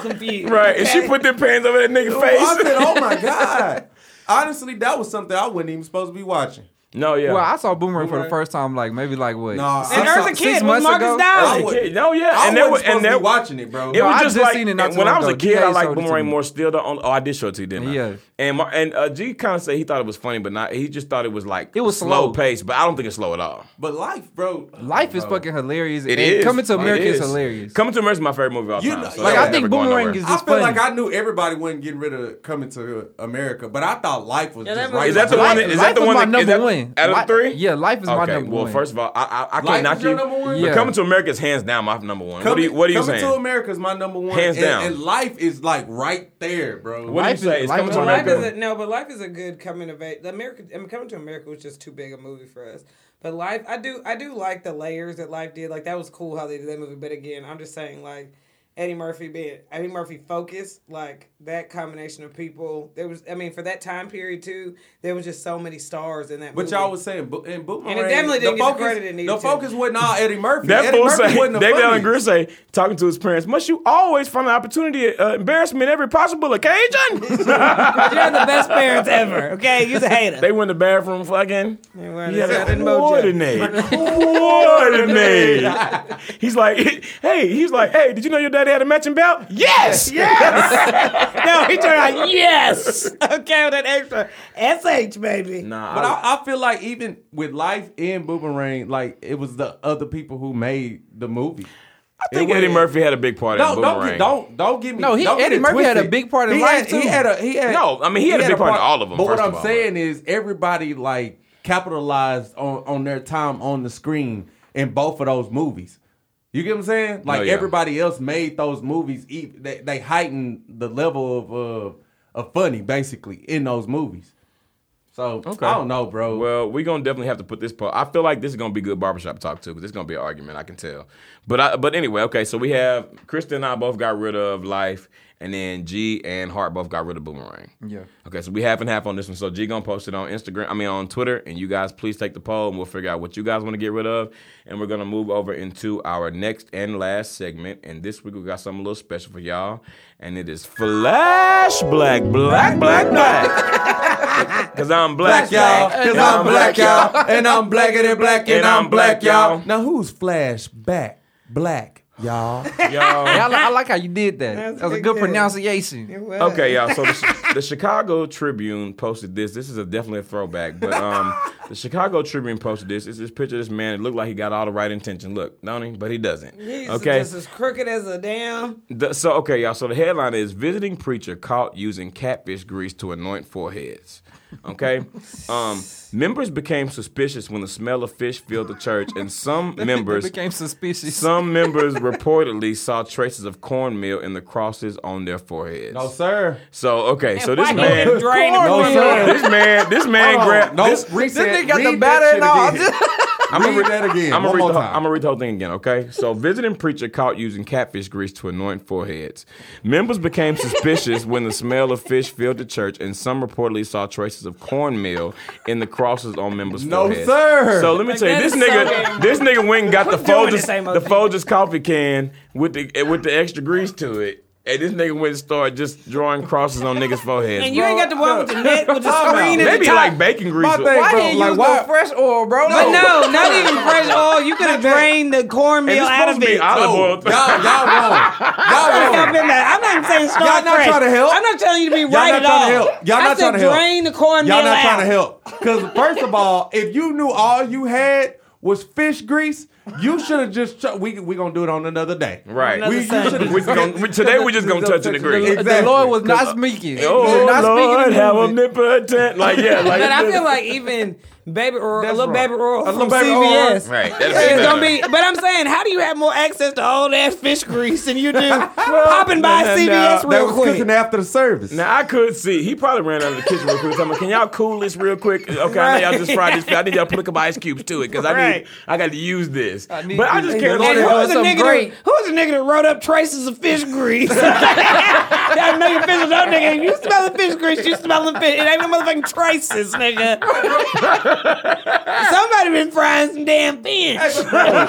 confused. right. And she put them pants over that nigga I said, face. "Oh my god!" Honestly, that was something I wasn't even supposed to be watching. No, yeah. Well, I saw Boomerang for the Boomerang. first time, like maybe like what? Nah, I And saw- Eartha six Kitt was months Marcus ago? I Dowling. was a kid. No, yeah, I and that was wasn't supposed and to that be watching it, bro. It No, was I just just like seen it not too when long I was a ago. kid, DA I liked showed it to Boomerang me. more still. The on, oh, I did show it to you, didn't I? Yeah. And Mar- and uh, G kind of said he thought it was funny, but not. He just thought it was like It was slow. paced, but I don't think it's slow at all. But life, bro. Life is Bro. fucking hilarious. It and is Coming to It America is, is. hilarious. Coming to America is my favorite movie of all You time. know- so like, that's I never think going Boomerang nowhere. is- I It's feel funny. like I knew everybody wasn't getting rid of coming to America, but I thought life was Yeah, just that was- right. Is that the Life- one? That, is Life that the was one? my that, is number that- one. Out of Li- the three? yeah, Life is my number well, one. first of all, I I, I Life can't knock is your you. number but one? Yeah. Coming to America is hands down my number one. what do you What are you Coming saying? to America is my number one. Hands and, down. And life is like right there, what bro. do you Life is- say? It's life coming is to my Well, life America. is a, no, but life is a good coming of age. The America, I mean, coming to America was just too big a movie for us. But life, I do, I do like the layers that life did. Like that was cool how they did that movie. But again, I'm just saying, like Eddie Murphy being Eddie Murphy focused, like that combination of people. There was, I mean, for that time period too, there was just so many stars in that. But movie. y'all was saying, Bo- and Boomerang, definitely didn't get the the focus, credit it needed the to. focus wasn't all Eddie Murphy. That Eddie fool Murphy say, wasn't the David Allen funniest. Greer say, talking to his parents, must you always find an opportunity, uh, embarrassment in every possible occasion? You're the best parents ever. Okay, you're the hater. they went to the bathroom fucking. They were- He had they to had a mojo. coordinate. coordinate. he's like, hey, he's like, hey, did you know your daddy had a matching belt? Yes, yes. no, he turned out yes. Okay, with that extra sh baby. nah, But I, I feel like even with life and Boomerang, like it was the other people who made the movie. I think it Eddie was- Murphy had a big part No, in don't Boomerang. get, don't don't give me. No, he- don't get Eddie it Murphy had a twisted. big part in he Life, had, He too. had a he had No, I mean, he had a big part in all of 'em, But what first of I'm all. saying is everybody like capitalized on on their time on the screen in both of those movies. You get what I'm saying? Like yeah. everybody else made those movies. e- They, they heightened the level of uh, of funny basically in those movies. So I don't know, bro. Well, we're gonna definitely have to put this part. I feel like this is gonna be good barbershop talk too, because it's gonna be an argument. I can tell. But I, but anyway, okay. So we have Kristen and I both got rid of life, and then G and Hart both got rid of boomerang. Yeah. Okay. So we half and half on this one. So G gonna post it on Instagram. I mean on Twitter, and you guys please take the poll, and we'll figure out what you guys want to get rid of, and we're gonna move over into our next and last segment. And this week we got something a little special for y'all, and it is Flash Black Black Black Black. Cause I'm black, black y'all, Black. cause I'm black y'all, and I'm blacker than black, and I'm black y'all. Now who's flash back black y'all? Y'all. And I, li- I like how you did that. That's that was a pretty good good. pronunciation. Okay, y'all. So the, Chi- the Chicago Tribune posted this. This is a definitely a throwback, but um, the Chicago Tribune posted this. It's this picture of this man. It looked like he got all the right intention. Look, don't he? But he doesn't. He's okay. just as crooked as a damn. The- so okay, y'all. So the headline is visiting preacher caught using catfish grease to anoint foreheads. Okay. um, members became suspicious when the smell of fish filled the church, and some members It became suspicious. Some members reportedly saw traces of cornmeal in the crosses on their foreheads. No sir. So okay, so this Why man, you didn't drain him? No, sir. this man, this man grabbed. no, this, Oh, read This that- nigga got read the batter and all. that shit again. I'm gonna read that again. I'm gonna One read, more the, time. I'm gonna read the whole thing again, okay? So, visiting preacher caught using catfish grease to anoint foreheads. Members became suspicious when the smell of fish filled the church, and some reportedly saw traces of cornmeal in the crosses on members' No, foreheads. sir. So let me tell you, that this is so nigga, damn- this nigga went and got the Quit doing Folgers, this, Amo. the Folgers coffee can with the eh, with the extra grease to it, and this nigga went and started just drawing crosses on niggas' foreheads. And you bro. ain't got the one with the net with the Time out. screen in maybe the top. like bacon grease. My or- thing, Why bro, didn't you like, use why- no fresh oil, bro? but no, not even fresh oil. You could have drained the cornmeal It's out supposed of to be it. olive Oh, oil. y'all, y'all wrong. Y'all I've wrong. been there. I'm not even saying start Y'all not fresh. trying to help. I'm not telling you to be Y'all right not at all. trying to help. Y'all I not said trying to help. drain the cornmeal Y'all not out. trying to help. Because first of all, if you knew all you had was fish grease, you should have just. Ch- we we gonna do it on another day. Right. Another We- you shoulda thing. We just- gon- we- today we just gonna touch and agree. The- Exactly. The Lord was not speaking. Oh not Lord, speaking. in have the movie. omnipotent. Like yeah, like But I feel like even baby or a That's little wrong. baby oil A little from baby oil. CVS. Right, that'd be It's better. gonna be, but I'm saying, how do you have more access to all that fish grease than you do popping by no, no, CVS no. They real was quick? cooking after the service. Now I could see he probably ran out of the kitchen real quick. Talking, about, can y'all cool this real quick? Okay, I know y'all just fried this. fish. I need y'all put a couple ice cubes to it because I Right. need I got to use this. I need but I to- just can't. And Lord, who it was was the some nigga? great- That, who was the nigga that wrote up traces of fish grease? that nigga fish was up, nigga. You smelling fish grease? You smelling fish? It ain't no motherfucking traces, nigga. Somebody been frying some damn fish. Nigga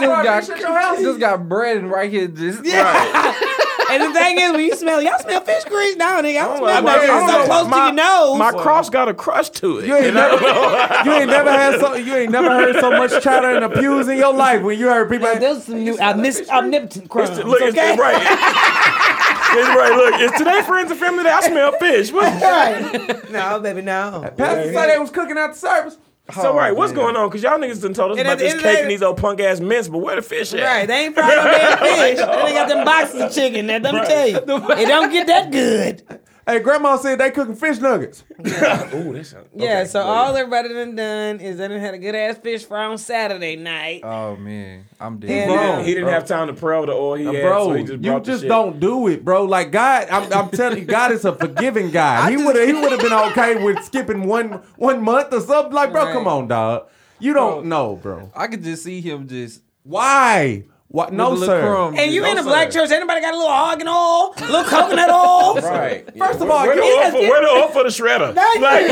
just got, just got bread and right here. Just, Right. and the thing is, when you smell, y'all smell fish grease now, nigga. I don't smell I'm like, nothing. It's I so don't close know. to your nose. My cross got a crush to it. You ain't never, you ain't never had so, you ain't never heard so much chatter and abuse in your life when you heard people. Those some new omnis- omnipotent crumbs. Look, it's, okay? it's right. it's right. Look, it's today friends and family day. I smell fish. What? right. No, baby, no. Pastor said they was cooking out the service. So right, Oh, what's going on? Cause y'all niggas done told us And about at the this end of cake the and day- these old punk ass mints, but where the fish at? Right, they ain't fried no damn fish. They got oh. them boxes of chicken. Now, let me tell you, it don't get that good. Hey, grandma said they cooking fish nuggets. Ooh, that sound- Yeah, okay, so wait. all everybody done done is they done had a good ass fish fry on Saturday night. Oh man, I'm And, dead. He uh, didn't- he didn't have time to pray over the oil he had, bro, so he just you brought the just shit. don't do it, bro. Like God, I'm, I'm telling you, God is a forgiving guy. He would have, he would have been okay with skipping one one month or something. Like, bro, come Right. on, dog. You don't know, bro. I could just see him just Why? Why? No, with a little sir. crumb and just- you in no, a black sir. church, anybody got a little argan oil, a little coconut oil? Right. First of all, where the you- oil for, where the oil for the shredder? Like,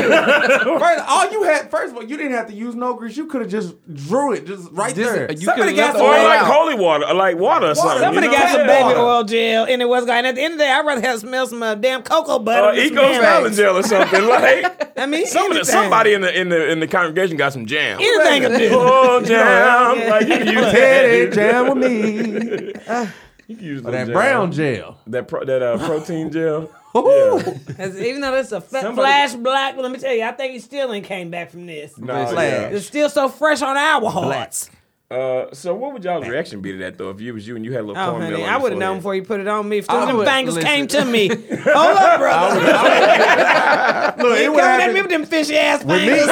First, all you had, first of all, you didn't have to use no grease. You could have just drew it, just right Just- there. you Somebody could've got left some or oil like out. holy water, or like water or something. Somebody you know got what some I'm saying? baby saying? oil gel, and it was going. And at the end of the day, I'd rather have smell some uh, damn cocoa butter. Or than some eco damn- salad gel or something. Like, I mean, Some of the, anything. somebody in the in the in the congregation got some jam. Anything will do. Oh jam! Like you can use Teddy, that. jam with me. You can use them Or that jam. brown gel. that pro, that uh, protein gel. Ooh. As- even though that's a fa- Somebody- flash black, let me tell you, I think he still ain't came back from this. Nah, Flash. It's still so fresh on our hearts. yeah. Uh, so what would y'all's reaction be to that though? If you was you and you had a little Oh, cornmeal, honey, on I your would have known forehead? before you put it on me. If I those them would- bangles listen. came to me, hold up, brother. Look, it You coming would at me happen. with them fishy ass With me, bangles?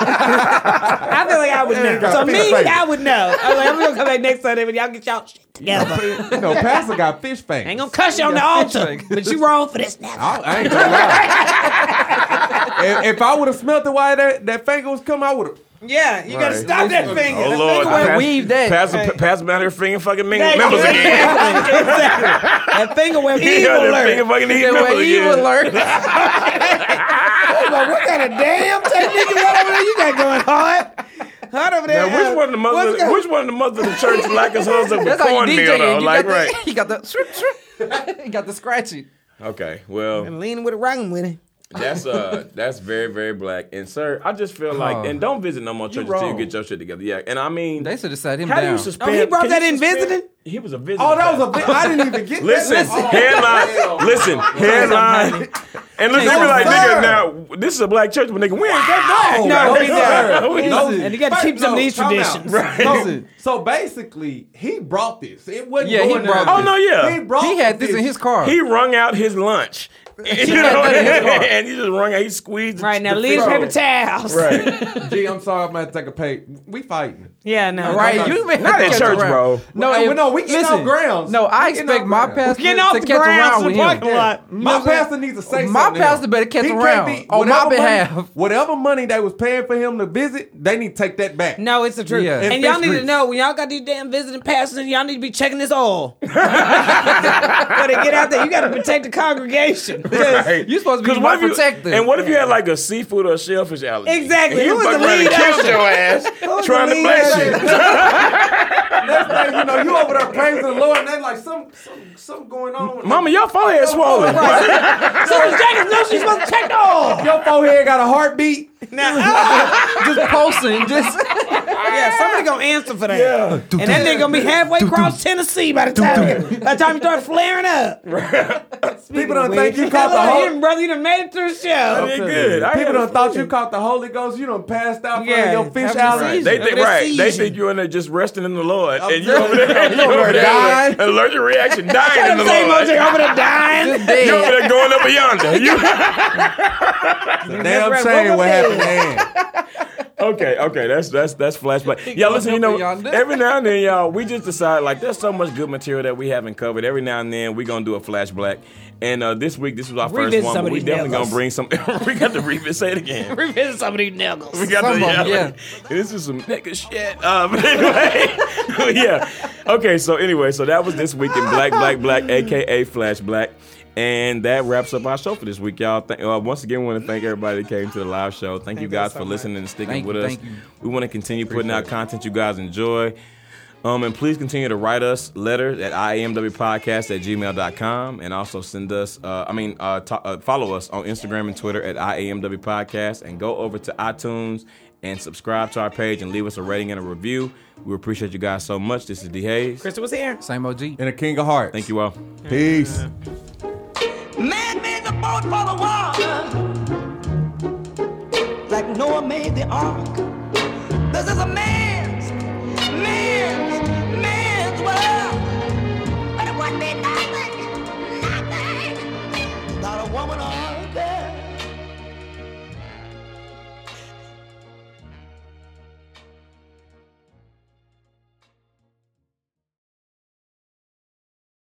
I feel like I would Yeah, you know. got So fish me, face. I would know. I'm like, I'm gonna come back next Sunday, but y'all get y'all shit together. you know, Pastor got fish face. I ain't gonna cuss you on the got fish altar, fingers. but you wrong for this now. I, I ain't gonna lie. if, if I would have smelt the why that that finger was coming, I would have. Yeah, you gotta Right. stop that finger. Oh That Lord, finger went pass, weave that. Pass, Hey. pass him out here finger fucking Thank mingling you. members again. Exactly. That finger went Yeah, evil that alert. finger fucking They evil were evil again. alert. Oh, Like, what kind of damn technique you got over there? You got going hard. Hard over there. Now, which one of the mothers? What's go- Which one of the mothers of the church like us hoods up with That's how you DJ. cornmeal it. though? You Like got right? The, he got the shrip, shrip. he got the scratchy. Okay, well. And leaning with it, rocking with it. That's uh, that's very very black. And sir, I just feel like, Oh. and don't visit no more churches till you wrong. get your shit together. Yeah, and I mean, They should have sat him how do down. you suspend? Oh, he brought can that you in suspend- visiting? He was a visitor. Oh, that was pastor. a. bit- I didn't even get. Listen, headline. Listen, headline. And listen, they be like, nigga, Sir. now this is a black church, but nigga, we ain't that No, black. No, no, we We- not. sir. No, And you gotta keep some of these time out. traditions. So, so basically, he brought this. It wasn't Yeah, he going brought nowhere. this. Oh, no, yeah. He brought He had this in his car. He wrung out his lunch. You had know, that in his car. and he just wrung out. He squeezed. Right now, the leave fish. paper towels. Right. Gee, I'm sorry, I'm gonna have to take a pay. We fighting. Yeah, no. Right, you man, Not in catch church, around. bro. No, Well, if- no, we getting off grounds. No, I We getting expect off my grounds. pastor Getting off to the catch around grounds with in the him. parking lot. My pastor needs to say My something. to pastor him. better catch He can't around be- on my whatever money- behalf. whatever money they was paying for him to visit, they need to take that back. No, it's the truth. Yeah. And And y'all fish need to grease. know when y'all got these damn visiting pastors, y'all need to be checking this all. when they get out there, you got to protect the congregation. Right. You supposed to be 'Cause what if my you- protector. And what if you had like a seafood or shellfish allergy? Exactly. And Who you was fuck the around and lead killed usher? your ass trying the to lead bless usher? you. Next thing you know, you over there praising the Lord, and they like some some something going on. Mama, your forehead swollen. Sister Jenkins knows she's supposed to check the all. your forehead got a heartbeat. just posting, just Yeah, somebody gonna answer for that. Yeah. And that nigga gonna be halfway across Tennessee by the time by the time you start flaring up. People don't Weird. think you caught the Hello, whole. you done- brother. You done made it through the show. Yeah. good. I People had done a thought you caught the Holy Ghost. You done passed out from Yeah, your fish having allergy. seizures. They Over think the right. They season. think you in there just resting in the Lord, and you telling over there, you over there, dying. with allergic reaction, dying in the Same Lord. OJ over there dying. just You over dead. there going up yonder. You- They, right. damn Woke shame up what happened dead. then. okay, okay, that's that's that's flashback. Y'all listen, you know, Going up yonder. every now and then, y'all, we just decide like there's so much good material that we haven't covered. Every now and then, we gonna do a flashback. And uh, this week, this was our Revisit first one, some but of we these definitely nails. gonna bring some. we got to revisit say it again. Revisit some of these niggas. We got Some the of 'em, yeah. This is some nigga shit. Uh, but anyway, yeah. Okay, so anyway, so that was this week in Black, Black, Black, aka Flash Black. And that wraps up our show for this week, y'all. Thank, uh, once again, want to thank everybody that came to the live show. Thank, you you guys so for much. listening and sticking Thank with you, us. thank you. We want to continue putting out content you guys enjoy. Um, and please continue to write us letters at imwpodcast at gmail.com and also send us, uh, I mean, uh, to- uh, follow us on Instagram and Twitter at iamwpodcast and go over to iTunes and subscribe to our page and leave us a rating and a review. We appreciate you guys so much. This is D. Hayes. Crystal was here. Same OG. And a king of hearts. Thank you all. Peace. Man made the boat for the water, like Noah made the ark. This is a man's, man's, man's world. But it wasn't nothing, nothing. Not a woman or a